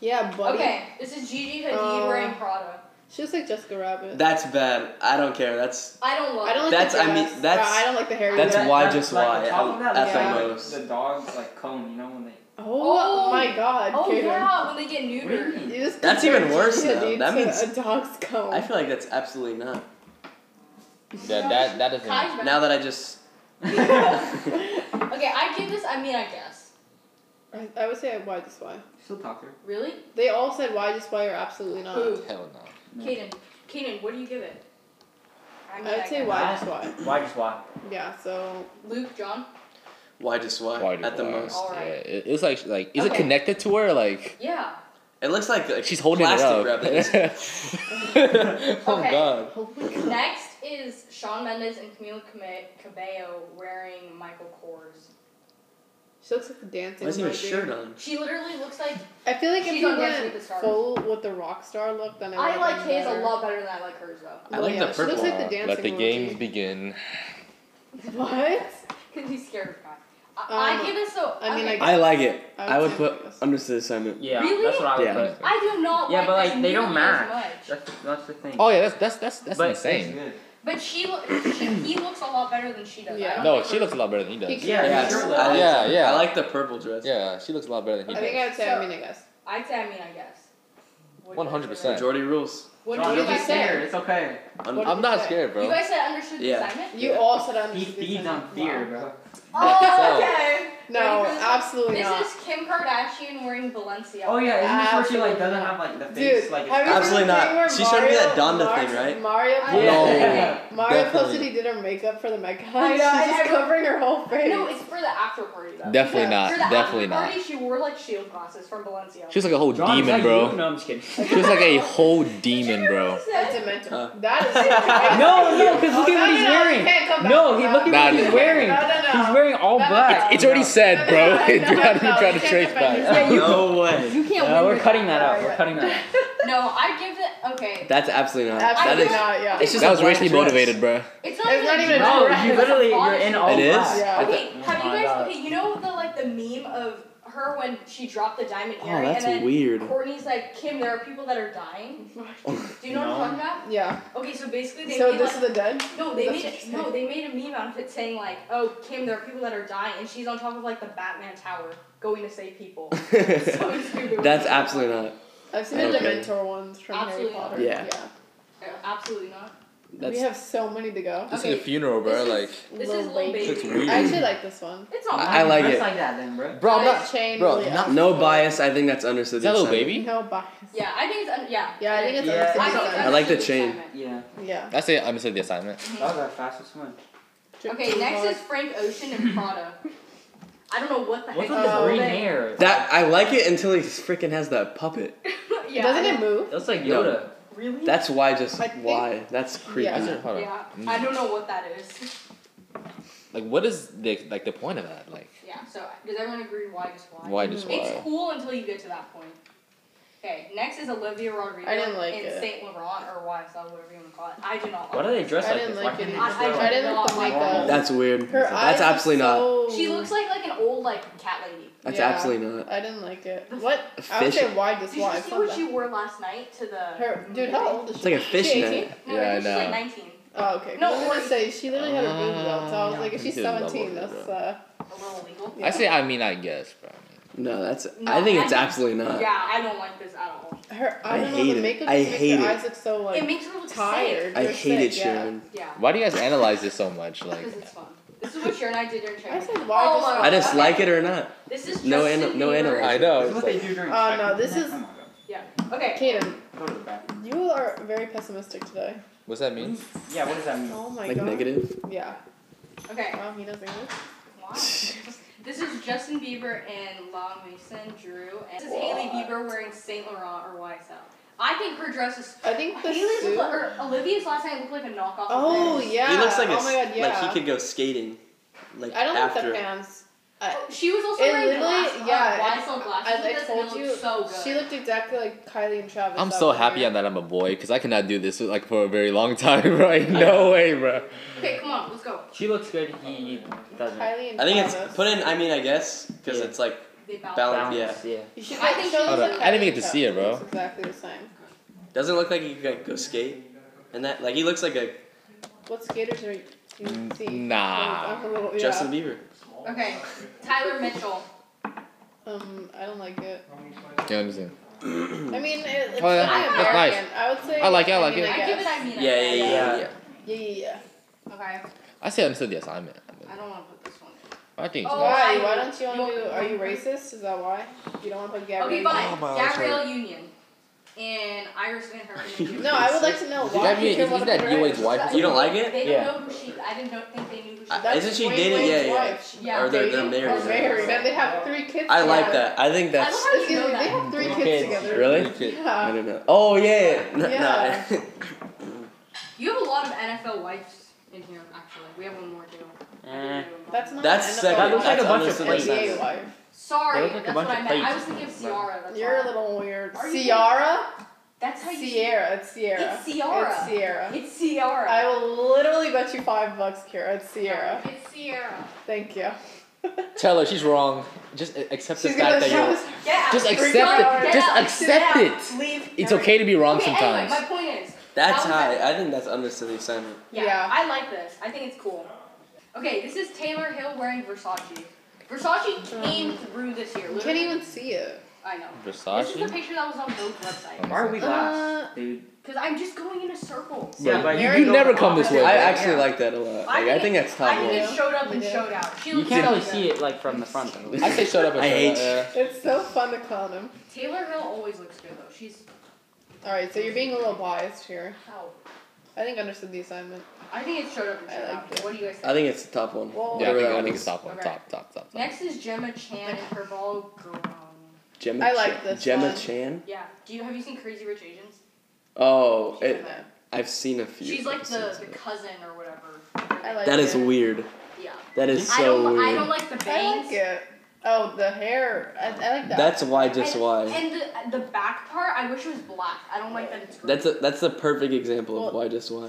Speaker 2: Yeah, buddy.
Speaker 1: Okay, this is Gigi Hadid
Speaker 2: Uh,
Speaker 1: wearing Prada.
Speaker 2: She looks like Jessica Rabbit.
Speaker 4: That's bad. I don't care. That's
Speaker 1: I don't love
Speaker 2: I don't like
Speaker 1: it.
Speaker 4: That's-
Speaker 2: the
Speaker 4: I mean,
Speaker 2: dress. Uh,
Speaker 4: that's-
Speaker 2: I don't like the hair.
Speaker 4: that's
Speaker 2: either.
Speaker 5: That-
Speaker 4: why,
Speaker 5: that-
Speaker 4: just
Speaker 5: like,
Speaker 4: why,
Speaker 5: On top of that,
Speaker 4: at
Speaker 5: like,
Speaker 2: the
Speaker 5: the-
Speaker 4: most.
Speaker 5: The dog's like cone. You know when they.
Speaker 2: Oh,
Speaker 1: Oh.
Speaker 2: my god.
Speaker 1: Oh
Speaker 2: Kaden.
Speaker 1: yeah, when they get neutered.
Speaker 5: Really?
Speaker 2: You just
Speaker 4: That's
Speaker 2: compared
Speaker 4: even worse,
Speaker 2: Gigi
Speaker 4: though.
Speaker 2: Hadid
Speaker 4: That
Speaker 2: to
Speaker 4: means-
Speaker 2: a dog's comb.
Speaker 4: I feel like that's absolutely not.
Speaker 3: Yeah, that that doesn't.
Speaker 1: Kai's better.
Speaker 4: Now that I just.
Speaker 1: okay, I give this. I mean, I guess.
Speaker 2: I, I would say why just why.
Speaker 5: Still talk to her.
Speaker 1: Really?
Speaker 2: They all said why just why or absolutely not.
Speaker 1: Who?
Speaker 3: Hell no.
Speaker 1: Kaden. Kaden, what do you give it? I mean,
Speaker 2: I'd say
Speaker 1: guess.
Speaker 2: why
Speaker 5: Why?
Speaker 2: just why.
Speaker 5: Why just why?
Speaker 2: Yeah, so
Speaker 1: Luke, John.
Speaker 4: Why just why?
Speaker 3: Why just
Speaker 4: at the
Speaker 3: why?
Speaker 4: most.
Speaker 1: All
Speaker 3: Yeah,
Speaker 1: right.
Speaker 3: it, it's like like is
Speaker 1: Okay.
Speaker 3: it connected to her? Like
Speaker 1: Yeah.
Speaker 4: It looks like like
Speaker 3: she's holding it
Speaker 4: plastic
Speaker 3: up.
Speaker 4: wrap.
Speaker 3: oh
Speaker 1: Okay.
Speaker 3: god.
Speaker 2: oh my god.
Speaker 1: Next is Sean Mendes and Camila Came- Cabello wearing Michael Kors.
Speaker 2: She looks like a dancing.
Speaker 4: Why does he have a
Speaker 2: emoji.
Speaker 4: shirt on?
Speaker 1: She literally looks like
Speaker 2: I feel like if
Speaker 1: She's
Speaker 2: he
Speaker 1: on Dancing
Speaker 2: went
Speaker 1: with the Stars.
Speaker 2: full with the rock star look, then I,
Speaker 1: I
Speaker 2: would
Speaker 1: like
Speaker 2: been
Speaker 1: his a
Speaker 2: better.
Speaker 1: lot better than I like hers though.
Speaker 4: I like
Speaker 2: yeah,
Speaker 4: the
Speaker 2: she looks
Speaker 4: purple.
Speaker 2: like the dancing
Speaker 3: Let the games
Speaker 2: emoji.
Speaker 3: begin.
Speaker 2: What?
Speaker 1: Cause he's scared of God. I,
Speaker 2: Um,
Speaker 1: I give it so.
Speaker 2: I mean,
Speaker 1: okay.
Speaker 2: I-
Speaker 4: I like it.
Speaker 2: I
Speaker 4: I would
Speaker 2: would say
Speaker 4: put
Speaker 2: yes.
Speaker 4: understood assignment.
Speaker 5: Yeah,
Speaker 1: Really?
Speaker 5: that's what I would
Speaker 4: Yeah.
Speaker 5: put.
Speaker 1: I do not.
Speaker 5: Yeah, but
Speaker 1: like,
Speaker 5: like they don't match.
Speaker 1: match.
Speaker 5: That's that's the thing.
Speaker 3: Oh yeah, that's that's that's that's
Speaker 5: but It's
Speaker 3: insane.
Speaker 5: good.
Speaker 1: But she, lo- she, he looks a lot better than she does. I
Speaker 2: Yeah.
Speaker 1: don't
Speaker 3: No,
Speaker 1: like
Speaker 3: she
Speaker 1: her.
Speaker 3: looks a lot better than he does.
Speaker 2: He-
Speaker 5: Yeah,
Speaker 4: Yes,
Speaker 5: sure.
Speaker 4: I like
Speaker 3: Yeah,
Speaker 4: it.
Speaker 3: yeah.
Speaker 4: I like the purple dress.
Speaker 3: Yeah, she looks a lot better than
Speaker 2: I
Speaker 3: he
Speaker 2: think
Speaker 3: does.
Speaker 2: I would say I
Speaker 1: So-
Speaker 2: mean I guess.
Speaker 1: I'd say. I mean, I guess. What do you guys
Speaker 3: 100%.
Speaker 1: think?
Speaker 4: Majority rules.
Speaker 1: What
Speaker 5: John,
Speaker 1: did you
Speaker 5: don't be
Speaker 1: guys
Speaker 5: scared.
Speaker 1: say?
Speaker 5: It's okay.
Speaker 4: Un-
Speaker 2: What-
Speaker 3: I'm not scared,
Speaker 1: You
Speaker 3: bro.
Speaker 1: guys said understood the
Speaker 4: Yeah.
Speaker 1: assignment.
Speaker 2: You
Speaker 4: Yeah.
Speaker 2: all said I'm
Speaker 5: He
Speaker 2: just-
Speaker 5: feeds on
Speaker 2: wow.
Speaker 5: fear, bro.
Speaker 1: Oh,
Speaker 3: So-
Speaker 1: okay.
Speaker 2: No,
Speaker 1: Ready for this?
Speaker 2: absolutely
Speaker 1: This
Speaker 2: not.
Speaker 1: is Kim Kardashian wearing Balenciaga.
Speaker 5: Oh yeah, isn't this where she like doesn't
Speaker 2: Absolutely.
Speaker 5: have like the face
Speaker 2: Dude,
Speaker 5: like
Speaker 2: have you
Speaker 5: it's
Speaker 4: Absolutely
Speaker 2: seen the
Speaker 4: not.
Speaker 2: thing where
Speaker 4: She showed me that
Speaker 2: Mario-
Speaker 4: Donda thing, right?
Speaker 2: Mario,
Speaker 1: I-
Speaker 4: No.
Speaker 2: Mario posted
Speaker 4: Definitely.
Speaker 2: he did her makeup for the Met Gala.
Speaker 1: I
Speaker 2: She's
Speaker 1: know,
Speaker 2: just
Speaker 1: and I-
Speaker 2: covering her whole face.
Speaker 1: No, it's for the after party though.
Speaker 3: Definitely
Speaker 2: Yeah.
Speaker 3: not.
Speaker 1: For the
Speaker 3: Definitely
Speaker 1: after
Speaker 3: not.
Speaker 1: party, she wore like shield glasses from Balenciaga.
Speaker 3: She was like a whole
Speaker 5: John, is
Speaker 3: demon,
Speaker 5: that
Speaker 3: bro.
Speaker 5: You? No, I'm just kidding.
Speaker 3: She was like a whole demon, bro.
Speaker 1: Who's
Speaker 2: That's
Speaker 1: that?
Speaker 2: a mentor.
Speaker 4: Uh.
Speaker 2: that is.
Speaker 5: no, no, because look
Speaker 2: Oh,
Speaker 5: at
Speaker 2: no,
Speaker 5: what
Speaker 2: no, no,
Speaker 5: he's
Speaker 2: you
Speaker 5: wearing.
Speaker 2: can't come back
Speaker 5: No,
Speaker 2: from
Speaker 5: he
Speaker 2: that.
Speaker 5: look at
Speaker 3: That
Speaker 5: what
Speaker 3: is-
Speaker 5: he's wearing.
Speaker 2: No, no, no.
Speaker 5: He's wearing all
Speaker 2: That is-
Speaker 5: black.
Speaker 3: It's already said, bro.
Speaker 2: No, no,
Speaker 3: You're not
Speaker 2: no,
Speaker 3: even
Speaker 2: no,
Speaker 3: trying to
Speaker 2: you can't
Speaker 3: trace
Speaker 2: defend
Speaker 3: back.
Speaker 2: yourself.
Speaker 4: no way.
Speaker 1: You can't
Speaker 5: Uh,
Speaker 1: win
Speaker 5: we're
Speaker 1: with
Speaker 5: cutting that out. We're
Speaker 2: Yeah.
Speaker 5: cutting that. out.
Speaker 1: No, I give it. Okay,
Speaker 4: That's absolutely not.
Speaker 2: Absolutely
Speaker 4: that is.
Speaker 2: not. Yeah.
Speaker 4: It's just
Speaker 3: That
Speaker 4: a
Speaker 3: was
Speaker 4: black
Speaker 3: racially
Speaker 4: dress.
Speaker 3: motivated, bro.
Speaker 1: it's not
Speaker 2: It's
Speaker 1: even.
Speaker 2: not
Speaker 1: a
Speaker 2: even a
Speaker 1: dress,
Speaker 2: dress.
Speaker 5: No, you literally
Speaker 1: it's a
Speaker 5: you're
Speaker 1: body
Speaker 5: in
Speaker 1: suit.
Speaker 5: all
Speaker 4: It is? Oh
Speaker 5: black.
Speaker 2: Yeah.
Speaker 1: Okay, have you
Speaker 5: my
Speaker 1: guys?
Speaker 5: God.
Speaker 1: Okay, you know the like the meme of her when she dropped the diamond
Speaker 4: Oh,
Speaker 1: earring,
Speaker 4: that's
Speaker 1: and then
Speaker 4: weird.
Speaker 1: Courtney's like, Kim, there are people that are dying. Do you know
Speaker 5: No.
Speaker 1: what I'm talking about?
Speaker 2: Yeah.
Speaker 1: Okay, so basically they
Speaker 2: So
Speaker 1: made
Speaker 2: this
Speaker 1: like,
Speaker 2: is the dead.
Speaker 1: no, they
Speaker 2: that's
Speaker 1: made
Speaker 2: interesting.
Speaker 1: no, they made a meme out of it saying like, oh Kim, there are people that are dying, and she's on top of like the Batman Tower going to save people. so stupid.
Speaker 4: That's absolutely not.
Speaker 2: I've seen the
Speaker 4: Okay.
Speaker 2: Dementor ones from
Speaker 1: Absolutely
Speaker 2: Harry
Speaker 1: not.
Speaker 2: Potter.
Speaker 4: Yeah.
Speaker 1: No, absolutely not.
Speaker 4: That's
Speaker 2: we have so many to go.
Speaker 3: This
Speaker 1: Okay.
Speaker 3: is a funeral, bro.
Speaker 1: This is-
Speaker 3: Like,
Speaker 1: This
Speaker 2: Lil
Speaker 1: is Lil
Speaker 2: Baby.
Speaker 1: Baby.
Speaker 3: it's weird.
Speaker 2: I actually like this one.
Speaker 1: It's not.
Speaker 4: I- I like
Speaker 5: Dress
Speaker 4: it.
Speaker 5: like that then, bro.
Speaker 3: bro, I'm
Speaker 2: That
Speaker 3: not.
Speaker 2: chain
Speaker 3: bro,
Speaker 2: really
Speaker 3: not-
Speaker 2: up.
Speaker 4: no bias. I think that's understood.
Speaker 3: Is that Lil Baby?
Speaker 2: No bias.
Speaker 1: Yeah, I think it's un- yeah.
Speaker 2: Yeah, I think it's
Speaker 5: Yeah.
Speaker 1: I,
Speaker 2: yeah.
Speaker 1: think it's
Speaker 4: I like the
Speaker 1: understood
Speaker 4: chain.
Speaker 1: assignment.
Speaker 5: Yeah.
Speaker 2: Yeah.
Speaker 3: I say I understood the assignment.
Speaker 5: That was our fastest one.
Speaker 1: Okay, next is Frank Ocean and Prada. I don't know what the
Speaker 5: What's
Speaker 1: heck.
Speaker 5: with
Speaker 1: is
Speaker 5: the
Speaker 2: Oh,
Speaker 5: green
Speaker 1: that.
Speaker 5: hair?
Speaker 4: That I like it until he freaking has that puppet.
Speaker 1: yeah,
Speaker 2: Doesn't
Speaker 1: I
Speaker 2: it
Speaker 1: don't-
Speaker 2: move?
Speaker 5: That's like
Speaker 4: No.
Speaker 5: Yoda.
Speaker 1: really?
Speaker 4: That's why. Just
Speaker 2: I think-
Speaker 4: why. That's creepy.
Speaker 2: Yeah.
Speaker 3: I said, hold on. Mm.
Speaker 1: yeah, I don't know what that is.
Speaker 3: Like, what is the like the point of that? Like,
Speaker 1: Yeah. So does everyone agree? Why just why?
Speaker 3: why just
Speaker 1: It's
Speaker 3: why?
Speaker 1: cool until you get to that point. Okay, next is Olivia Rodrigo
Speaker 2: I didn't like
Speaker 1: in
Speaker 2: it.
Speaker 1: Saint Laurent or YSL, whatever you want to call it. I do not
Speaker 5: Why
Speaker 1: like.
Speaker 5: do they dress
Speaker 2: I
Speaker 5: like
Speaker 2: didn't
Speaker 5: this? Why
Speaker 2: like
Speaker 5: can't
Speaker 2: it.
Speaker 5: they
Speaker 1: I-
Speaker 5: just
Speaker 1: I
Speaker 5: wear,
Speaker 2: I
Speaker 5: like,
Speaker 2: didn't like the
Speaker 5: normal?
Speaker 2: makeup.
Speaker 4: That's weird.
Speaker 2: Her eyes
Speaker 4: that's
Speaker 2: are
Speaker 4: absolutely not.
Speaker 2: so-
Speaker 1: it. She looks like like an old like cat lady.
Speaker 4: That's
Speaker 2: Yeah.
Speaker 4: absolutely not.
Speaker 2: I didn't like it. What?
Speaker 4: Fish.
Speaker 2: I would say why just
Speaker 1: Did
Speaker 2: why.
Speaker 1: you
Speaker 2: It's
Speaker 1: see
Speaker 2: not
Speaker 1: what
Speaker 2: bad.
Speaker 1: she wore last night to the?
Speaker 2: Her dude,
Speaker 1: movie?
Speaker 2: how old is
Speaker 4: It's
Speaker 2: she?
Speaker 4: like a fish
Speaker 2: she 18?
Speaker 4: net.
Speaker 1: No,
Speaker 3: Yeah, I
Speaker 1: I think she's
Speaker 3: know.
Speaker 1: like nineteen.
Speaker 2: Oh,
Speaker 1: No,
Speaker 2: okay.
Speaker 1: Oh,
Speaker 2: No, I was gonna
Speaker 1: or-
Speaker 2: say she literally had her boobs out, so I was
Speaker 3: Ah,
Speaker 2: like, if she's
Speaker 3: she's level
Speaker 2: seventeen,
Speaker 3: over,
Speaker 2: that's
Speaker 3: bro.
Speaker 2: uh.
Speaker 1: A little legal.
Speaker 2: Yeah.
Speaker 3: I say, I mean, I guess, bro.
Speaker 4: No, that's.
Speaker 1: No,
Speaker 4: I think
Speaker 1: I
Speaker 4: it's
Speaker 1: think-
Speaker 4: absolutely not.
Speaker 1: Yeah, I don't like this at all.
Speaker 2: Her, I
Speaker 4: I
Speaker 2: don't know,
Speaker 4: hate
Speaker 2: the
Speaker 4: it.
Speaker 2: makeup
Speaker 4: I
Speaker 2: just makes
Speaker 4: hate
Speaker 2: her
Speaker 4: it.
Speaker 2: eyes look so
Speaker 1: it
Speaker 2: like
Speaker 1: makes her look sick.
Speaker 2: tired.
Speaker 4: I
Speaker 2: You're
Speaker 4: hate
Speaker 2: sick,
Speaker 4: it,
Speaker 2: yeah.
Speaker 4: Sharon.
Speaker 1: Yeah.
Speaker 3: Why do you guys analyze this so much? Like,
Speaker 1: Because it's fun. This is what Sharon and I did during training.
Speaker 2: I said why
Speaker 1: Oh
Speaker 2: just
Speaker 1: my
Speaker 2: why?
Speaker 1: God.
Speaker 4: I just
Speaker 1: Okay.
Speaker 4: like it or not.
Speaker 1: This is
Speaker 4: No
Speaker 1: Justin
Speaker 4: ana- no
Speaker 1: Bieber.
Speaker 4: ana-
Speaker 3: I know.
Speaker 5: This is
Speaker 3: It's
Speaker 5: what
Speaker 3: like,
Speaker 5: they do during
Speaker 2: Oh, no,
Speaker 5: second
Speaker 2: this
Speaker 5: night?
Speaker 2: is-
Speaker 5: Come on, bro.
Speaker 1: Yeah. Okay.
Speaker 2: Kaden,
Speaker 5: Go to the bathroom.
Speaker 2: you are very pessimistic today.
Speaker 3: what's that mean?
Speaker 5: Yeah, what does that mean?
Speaker 2: Oh my
Speaker 4: Like
Speaker 2: god.
Speaker 4: negative.
Speaker 2: Yeah.
Speaker 1: Okay.
Speaker 2: Wow, he does English.
Speaker 1: Wow. This is Justin Bieber and La Mason Drew. And this is Haley
Speaker 2: What?
Speaker 1: Bieber wearing Saint Laurent or YSL. I think her dress is.
Speaker 2: I think the
Speaker 1: Haley's look
Speaker 2: suit.
Speaker 1: like, or Olivia's last night looked like a knockoff.
Speaker 2: Oh
Speaker 1: of theirs.
Speaker 2: yeah.
Speaker 4: He looks like
Speaker 2: oh
Speaker 4: a s-
Speaker 2: my god, yeah.
Speaker 4: like he could go skating. Like
Speaker 2: I don't like
Speaker 4: after.
Speaker 2: the pants.
Speaker 1: Oh, She was also
Speaker 2: It
Speaker 1: wearing
Speaker 2: literally-
Speaker 1: glasses,
Speaker 2: yeah,
Speaker 1: uh,
Speaker 2: it's-
Speaker 1: YSL glasses.
Speaker 2: As I
Speaker 1: with this, and
Speaker 2: told
Speaker 1: it
Speaker 2: you,
Speaker 1: looked so good.
Speaker 2: she looked exactly like Kylie and Travis.
Speaker 3: I'm
Speaker 2: that
Speaker 3: so
Speaker 2: one
Speaker 3: happy
Speaker 2: year.
Speaker 3: I'm that I'm a boy because I cannot do this like for a very long time, right? No way, bro.
Speaker 1: Okay, come on, let's go.
Speaker 5: She looks good. He doesn't.
Speaker 2: Kylie and
Speaker 4: I think
Speaker 2: Travis.
Speaker 4: it's put in. I mean, I guess because
Speaker 5: Yeah.
Speaker 4: it's like
Speaker 1: They bowed.
Speaker 4: Balance.
Speaker 5: Balance. Yeah.
Speaker 2: You should
Speaker 1: I
Speaker 2: like,
Speaker 1: think she-
Speaker 2: show them
Speaker 3: Hold
Speaker 2: the
Speaker 3: on, I didn't
Speaker 2: Kylie
Speaker 3: get to see
Speaker 2: and
Speaker 3: it, bro.
Speaker 2: Travis. It's exactly the same.
Speaker 4: doesn't look like he could like, go skate, and that like he looks like a
Speaker 2: What skaters are you
Speaker 3: N-
Speaker 2: see?
Speaker 3: Mm, nah.
Speaker 2: Like, I'm a little- yeah.
Speaker 4: Justin Bieber.
Speaker 1: Okay, Tyler Mitchell.
Speaker 2: Um, I don't like it.
Speaker 3: You understand?
Speaker 1: Mm.
Speaker 2: I mean, it, it's
Speaker 3: Oh, yeah.
Speaker 2: not
Speaker 1: That's
Speaker 3: nice.
Speaker 2: American. I would say.
Speaker 3: I like it, I like
Speaker 2: mean,
Speaker 3: it.
Speaker 1: I give it.
Speaker 2: guess.
Speaker 1: I mean. it.
Speaker 4: Yeah, yeah, yeah, yeah.
Speaker 5: Yeah.
Speaker 2: Yeah, yeah, yeah.
Speaker 1: Okay,
Speaker 3: I say I understood the assignment.
Speaker 1: I don't want to put this one. in.
Speaker 3: I think.
Speaker 1: Oh,
Speaker 2: why?
Speaker 1: I-
Speaker 2: Why don't you want
Speaker 1: you-
Speaker 2: to? do- Are you racist? Is that why? You don't want to put
Speaker 1: Okay,
Speaker 2: Gabrielle?
Speaker 1: fine.
Speaker 3: Oh, my eyes
Speaker 1: Gabrielle Union and Iris Van Herpen.
Speaker 2: No, I would like to know
Speaker 3: Did
Speaker 2: why.
Speaker 3: that mean
Speaker 2: people
Speaker 3: is
Speaker 2: wanna
Speaker 3: that
Speaker 2: put her
Speaker 3: Yoi's
Speaker 2: in.
Speaker 3: wife? or
Speaker 4: You don't
Speaker 3: something?
Speaker 4: like it?
Speaker 1: They don't
Speaker 5: Yeah.
Speaker 1: know who she. I didn't know, think they knew who she.
Speaker 4: I-
Speaker 2: That's
Speaker 4: Isn't she
Speaker 2: Wayne
Speaker 4: dated?
Speaker 2: Wade's
Speaker 4: Yeah, yeah.
Speaker 2: wife.
Speaker 1: yeah.
Speaker 4: Or they're they're
Speaker 2: Dating or
Speaker 4: married.
Speaker 2: married. And they have three kids.
Speaker 4: I like
Speaker 2: together.
Speaker 4: that. I think
Speaker 1: I love
Speaker 4: that's.
Speaker 1: how
Speaker 2: Excuse
Speaker 1: you know
Speaker 2: me, they
Speaker 1: that.
Speaker 2: have three
Speaker 5: Three
Speaker 2: kids
Speaker 5: kids.
Speaker 2: together.
Speaker 4: Really? I
Speaker 2: Yeah.
Speaker 4: don't know. Oh yeah. No,
Speaker 2: Yeah.
Speaker 4: no.
Speaker 1: You have a lot of NFL wives in here. Actually, we have one more too. I didn't
Speaker 5: Eh.
Speaker 1: do one more.
Speaker 2: That's not.
Speaker 4: That's
Speaker 2: NFL
Speaker 4: second.
Speaker 5: That looks like a
Speaker 4: That's
Speaker 5: bunch of
Speaker 4: understood.
Speaker 5: plates.
Speaker 2: NBA wife.
Speaker 1: Sorry,
Speaker 5: They look like a
Speaker 1: that's
Speaker 5: bunch
Speaker 1: what I
Speaker 5: of
Speaker 1: meant. I was
Speaker 5: plates.
Speaker 1: thinking of Ciara. That's
Speaker 2: You're
Speaker 1: why.
Speaker 2: a little weird.
Speaker 1: Are you-
Speaker 2: Ciara.
Speaker 1: That's how you.
Speaker 2: Sierra. It's Sierra.
Speaker 1: It's Ciara.
Speaker 2: It's Sierra.
Speaker 1: It's Ciara.
Speaker 2: I will literally bet you five bucks, Kira. It's Sierra.
Speaker 1: It's Sierra.
Speaker 2: Thank you.
Speaker 3: Tell her she's wrong. Just a- accept the
Speaker 2: She's
Speaker 3: fact
Speaker 2: gonna
Speaker 3: that you're.
Speaker 2: show us.
Speaker 1: Get out.
Speaker 3: Just
Speaker 1: Freak
Speaker 3: accept
Speaker 1: out.
Speaker 2: it.
Speaker 1: Get
Speaker 3: Just
Speaker 1: out. Get out.
Speaker 3: accept it.
Speaker 1: Leave.
Speaker 3: It's
Speaker 1: Hurry.
Speaker 3: okay to be wrong
Speaker 1: okay, Anyway,
Speaker 3: sometimes.
Speaker 1: my point is.
Speaker 4: That's
Speaker 1: that was
Speaker 4: high. I think that's understood the assignment.
Speaker 1: Yeah,
Speaker 2: Yeah.
Speaker 1: I like this. I think it's cool. Okay, this is Taylor Hill wearing Versace. Versace came through this year.
Speaker 2: You can't
Speaker 1: literally.
Speaker 2: even see it.
Speaker 1: I know. This is the
Speaker 3: Versace.
Speaker 1: picture that was on Vogue's website.
Speaker 3: Um,
Speaker 5: Why are we last,
Speaker 2: Uh,
Speaker 5: dude?
Speaker 1: Because I'm just going in a circle.
Speaker 5: Yeah, but
Speaker 2: Mary
Speaker 5: you
Speaker 2: go
Speaker 5: go
Speaker 3: never
Speaker 5: to
Speaker 3: come this
Speaker 5: office.
Speaker 3: way.
Speaker 4: I
Speaker 3: Yeah.
Speaker 4: actually like that a lot. Like, I think that's top
Speaker 1: I think it
Speaker 4: one.
Speaker 1: showed up and
Speaker 2: Yeah.
Speaker 1: showed out. She
Speaker 5: You
Speaker 1: looks
Speaker 5: can't
Speaker 1: really
Speaker 5: really see
Speaker 1: good.
Speaker 5: it like from the front though.
Speaker 3: I say shut up and
Speaker 4: I
Speaker 3: shut
Speaker 4: hate
Speaker 3: up.
Speaker 4: you.
Speaker 3: yeah.
Speaker 2: It's so fun to clown him.
Speaker 1: Taylor Hill always looks good though. She's
Speaker 2: All right, so you're being a little biased here.
Speaker 1: how
Speaker 2: I think I understood the assignment.
Speaker 1: I think it showed up and
Speaker 2: I
Speaker 1: showed
Speaker 2: liked
Speaker 1: out.
Speaker 2: it.
Speaker 1: What do you guys think?
Speaker 4: I think it's the top one.
Speaker 2: Well-
Speaker 3: Yeah, I
Speaker 4: Whatever
Speaker 3: think,
Speaker 4: that
Speaker 3: I
Speaker 4: one
Speaker 3: think it's
Speaker 4: is.
Speaker 3: top one. Top, top, top, top.
Speaker 1: Next is Gemma Chan and her ball girl.
Speaker 4: Gemma
Speaker 2: I like
Speaker 4: Chan-
Speaker 2: this
Speaker 4: Gemma
Speaker 2: one.
Speaker 4: Chan.
Speaker 1: Yeah. Do you have you seen Crazy Rich Asians?
Speaker 4: Oh,
Speaker 1: She's in
Speaker 4: it,
Speaker 1: there.
Speaker 4: I've seen a few.
Speaker 1: She's like the,
Speaker 4: episodes
Speaker 1: the
Speaker 4: of it.
Speaker 1: cousin or whatever.
Speaker 2: I like
Speaker 4: That is
Speaker 2: it.
Speaker 4: weird.
Speaker 1: Yeah.
Speaker 4: That is
Speaker 1: I don't.
Speaker 4: so
Speaker 1: li-
Speaker 4: weird.
Speaker 1: I don't like the
Speaker 2: I
Speaker 1: bangs.
Speaker 2: like it. Oh, the hair. I, I like that.
Speaker 4: That's why, just
Speaker 1: and,
Speaker 4: why.
Speaker 1: And the, the back part, I wish it was black. I don't like that it's. Green.
Speaker 4: that's a, that's the perfect example of
Speaker 2: Well-
Speaker 4: why, just why.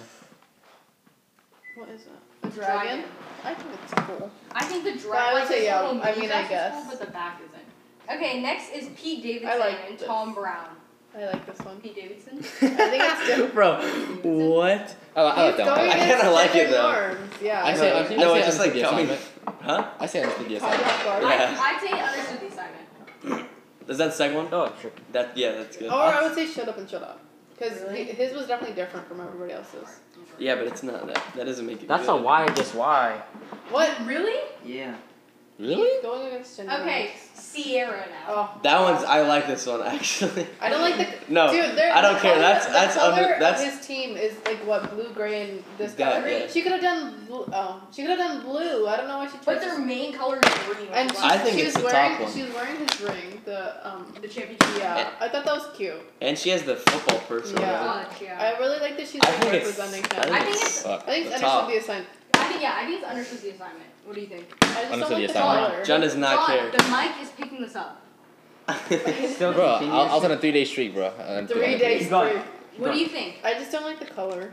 Speaker 2: what is that? A dragon? I think it's cool.
Speaker 1: I think the
Speaker 2: But I
Speaker 1: dress.
Speaker 2: would
Speaker 1: like
Speaker 2: say,
Speaker 1: this
Speaker 2: yeah,
Speaker 1: little
Speaker 2: I
Speaker 1: mini
Speaker 2: mean, I
Speaker 1: dress is
Speaker 2: guess.
Speaker 1: Cool, but the back isn't. Okay, next is Pete Davidson
Speaker 2: like
Speaker 1: and
Speaker 2: this.
Speaker 1: Tom Brown.
Speaker 2: I like this one.
Speaker 1: Pete Davidson.
Speaker 2: think it's different.
Speaker 4: bro. What?
Speaker 3: I, I like
Speaker 2: He's
Speaker 3: that one.
Speaker 2: going
Speaker 4: I
Speaker 3: I,
Speaker 4: kinda
Speaker 2: against
Speaker 4: like it,
Speaker 2: different
Speaker 4: though.
Speaker 2: norms. Yeah.
Speaker 3: I
Speaker 2: I
Speaker 3: say,
Speaker 2: like
Speaker 3: I,
Speaker 2: it.
Speaker 3: say,
Speaker 4: No,
Speaker 3: I
Speaker 4: it's
Speaker 3: say
Speaker 4: just like
Speaker 3: understood the
Speaker 4: coming-
Speaker 3: assignment.
Speaker 4: Huh?
Speaker 3: I say understood the
Speaker 2: Caught you
Speaker 3: assignment.
Speaker 2: off guard.
Speaker 1: I,
Speaker 4: Yeah.
Speaker 1: I'd say I understood the assignment.
Speaker 4: Is that the second one?
Speaker 5: Oh, sure.
Speaker 4: That yeah, that's good.
Speaker 2: Or I would say shut up and shut up. Because
Speaker 1: Really?
Speaker 2: his was definitely different from everybody else's.
Speaker 4: Yeah, but it's not that. That doesn't make it.
Speaker 5: That's a
Speaker 4: good.
Speaker 5: why, just why.
Speaker 2: What?
Speaker 1: Really?
Speaker 5: Yeah.
Speaker 3: Really?
Speaker 2: Going against gender.
Speaker 1: Okay,
Speaker 2: norms.
Speaker 1: Sierra now.
Speaker 2: Oh.
Speaker 4: That one's. I like this one actually.
Speaker 2: I don't like the
Speaker 4: No,
Speaker 2: Dude, they're-
Speaker 4: Oh. I don't
Speaker 2: the
Speaker 4: care.
Speaker 2: color-
Speaker 4: That's
Speaker 2: the
Speaker 4: that's
Speaker 2: color
Speaker 4: under,
Speaker 2: of
Speaker 4: that's
Speaker 2: his team is like what blue, gray, and this
Speaker 4: That-
Speaker 2: color.
Speaker 4: yeah.
Speaker 2: She could have done blue. Oh, she could have done blue. I don't know why she chose.
Speaker 1: But their main color is green. which
Speaker 2: and
Speaker 1: is
Speaker 2: she,
Speaker 1: why-
Speaker 4: I think
Speaker 2: she
Speaker 4: it's
Speaker 2: was
Speaker 4: the top
Speaker 2: wearing
Speaker 4: one.
Speaker 2: she was wearing his ring. The um
Speaker 1: the championship.
Speaker 2: yeah, I thought that was cute.
Speaker 4: and she has the football person.
Speaker 2: Yeah.
Speaker 1: Clutch, yeah.
Speaker 2: I really like that she's
Speaker 4: I
Speaker 2: like,
Speaker 4: think it's.
Speaker 2: representing him.
Speaker 1: I
Speaker 4: I
Speaker 1: think
Speaker 4: think
Speaker 1: it's-
Speaker 4: it's.
Speaker 3: Fuck.
Speaker 2: I think
Speaker 4: the
Speaker 2: I
Speaker 4: top.
Speaker 2: understood the assignment.
Speaker 1: I think yeah, I think it's understood the assignment. What do you think?
Speaker 2: I just
Speaker 3: Understood
Speaker 2: don't
Speaker 3: the
Speaker 2: like the
Speaker 3: assignment.
Speaker 2: color.
Speaker 4: John does not
Speaker 1: John,
Speaker 4: care.
Speaker 1: The mic is picking this up.
Speaker 5: Still
Speaker 3: Bro, I,
Speaker 5: continues.
Speaker 3: I was on a three day streak, bro. And-
Speaker 2: Three
Speaker 3: and-
Speaker 2: days
Speaker 5: He's gone.
Speaker 2: straight.
Speaker 1: What
Speaker 5: No.
Speaker 1: do you think?
Speaker 2: I just don't like the color.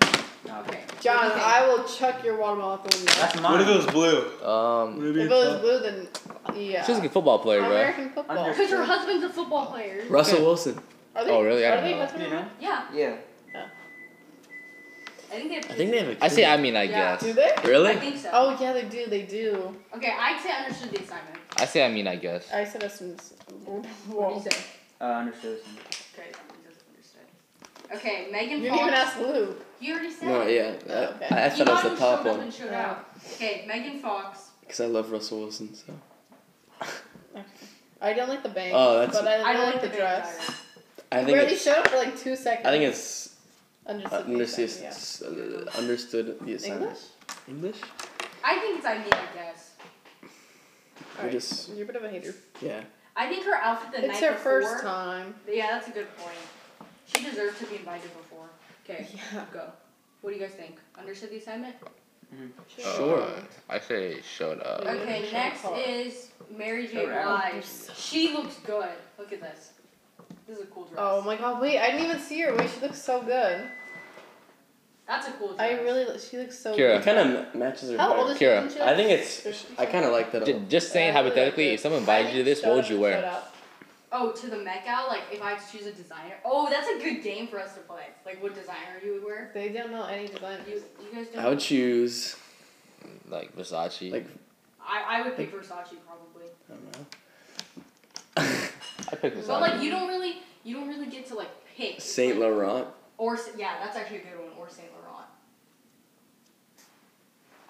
Speaker 5: Okay.
Speaker 2: John,
Speaker 1: Okay.
Speaker 2: I will chuck your watermelon out the window.
Speaker 5: That's
Speaker 4: What
Speaker 5: mine.
Speaker 4: if it was blue?
Speaker 3: Um,
Speaker 2: If it was blue, then yeah.
Speaker 3: she's a good football player, bro.
Speaker 2: American football.
Speaker 5: Under-
Speaker 1: Because her husband's a football player.
Speaker 4: Russell Wilson.
Speaker 2: Are
Speaker 3: Oh, really? I
Speaker 2: Are
Speaker 3: don't
Speaker 2: they
Speaker 3: know.
Speaker 2: husband
Speaker 5: You
Speaker 2: and
Speaker 5: know?
Speaker 2: wife?
Speaker 1: Yeah,
Speaker 5: Yeah.
Speaker 1: I think they. Have
Speaker 4: I think they have a.
Speaker 3: I say, I mean, I
Speaker 1: Yeah.
Speaker 3: guess.
Speaker 2: Do they?
Speaker 1: I
Speaker 4: Really?
Speaker 1: think so.
Speaker 2: Oh yeah, they do. They do.
Speaker 1: Okay, I'd say I understood the assignment.
Speaker 3: I say, I mean, I guess.
Speaker 2: I said us some.
Speaker 1: What do you
Speaker 2: Whoa.
Speaker 1: say?
Speaker 5: Uh, understood.
Speaker 1: Okay, that one doesn't understand. Okay, Megan
Speaker 2: You didn't
Speaker 1: Fox.
Speaker 2: even ask Lou.
Speaker 1: You already said.
Speaker 4: No,
Speaker 1: it.
Speaker 4: yeah.
Speaker 2: Oh,
Speaker 4: I-
Speaker 2: okay.
Speaker 4: I, I
Speaker 1: You
Speaker 4: thought it was
Speaker 1: thought
Speaker 4: the
Speaker 1: showed
Speaker 4: top
Speaker 1: up
Speaker 4: one
Speaker 1: and showed
Speaker 2: Yeah.
Speaker 1: out. Okay, Megan Fox.
Speaker 4: because I love Russell Wilson. So
Speaker 2: I don't like the bangs.
Speaker 4: Oh, that's-
Speaker 2: But I,
Speaker 1: I
Speaker 2: really
Speaker 1: don't
Speaker 2: like the
Speaker 1: big
Speaker 2: dress.
Speaker 1: guy.
Speaker 4: I
Speaker 2: We
Speaker 4: think
Speaker 2: already
Speaker 4: it's.
Speaker 2: showed up for like two seconds.
Speaker 4: I think it's
Speaker 2: understood. the
Speaker 4: understood.
Speaker 2: assignment,
Speaker 4: uh, Understood the
Speaker 2: yeah.
Speaker 4: assignment.
Speaker 2: English.
Speaker 4: English?
Speaker 1: I think it's I mean I guess.
Speaker 4: I
Speaker 2: Alright,
Speaker 4: just-
Speaker 2: You're a bit of a hater.
Speaker 4: Yeah.
Speaker 1: I think her outfit the
Speaker 2: it's
Speaker 1: night
Speaker 2: her
Speaker 1: before.
Speaker 2: first time.
Speaker 1: Yeah, that's a good point. She deserved to be invited before. Okay,
Speaker 2: Yeah.
Speaker 1: go. What do you guys think? Understood the assignment?
Speaker 3: Uh,
Speaker 4: Sure.
Speaker 3: I say, shut up.
Speaker 2: Yeah.
Speaker 1: Okay,
Speaker 2: Sure.
Speaker 1: next is Mary J.
Speaker 5: Sure.
Speaker 1: Blige. She looks good. Look at this. This is a cool dress.
Speaker 2: Oh my god! Wait, I didn't even see her. Wait, she looks so good.
Speaker 1: That's a cool dress.
Speaker 2: I really. li- She looks so.
Speaker 3: Kira.
Speaker 4: It kind of matches her.
Speaker 2: Good. How
Speaker 4: hair.
Speaker 2: old is
Speaker 3: Kira.
Speaker 2: she?
Speaker 4: I think it's. I kind of like that.
Speaker 3: J-
Speaker 4: one.
Speaker 3: just saying,
Speaker 2: Yeah, I really
Speaker 3: hypothetically,
Speaker 2: like
Speaker 3: if someone invited you to this, what would you wear?
Speaker 1: Oh, to the Met Gala, like if I had to choose a designer. Oh, that's a good game for us to play. Like what designer you would wear?
Speaker 2: They don't know any design.
Speaker 1: You, you guys don't.
Speaker 4: I would choose
Speaker 3: Like Versace.
Speaker 4: like
Speaker 1: I, I would pick Versace probably.
Speaker 4: I don't know.
Speaker 3: I picked Versace.
Speaker 1: But like you don't really you don't really get to like pick. It's
Speaker 4: Saint
Speaker 1: like-
Speaker 4: Laurent.
Speaker 1: Or S- yeah, that's actually a good one. Or Saint Laurent.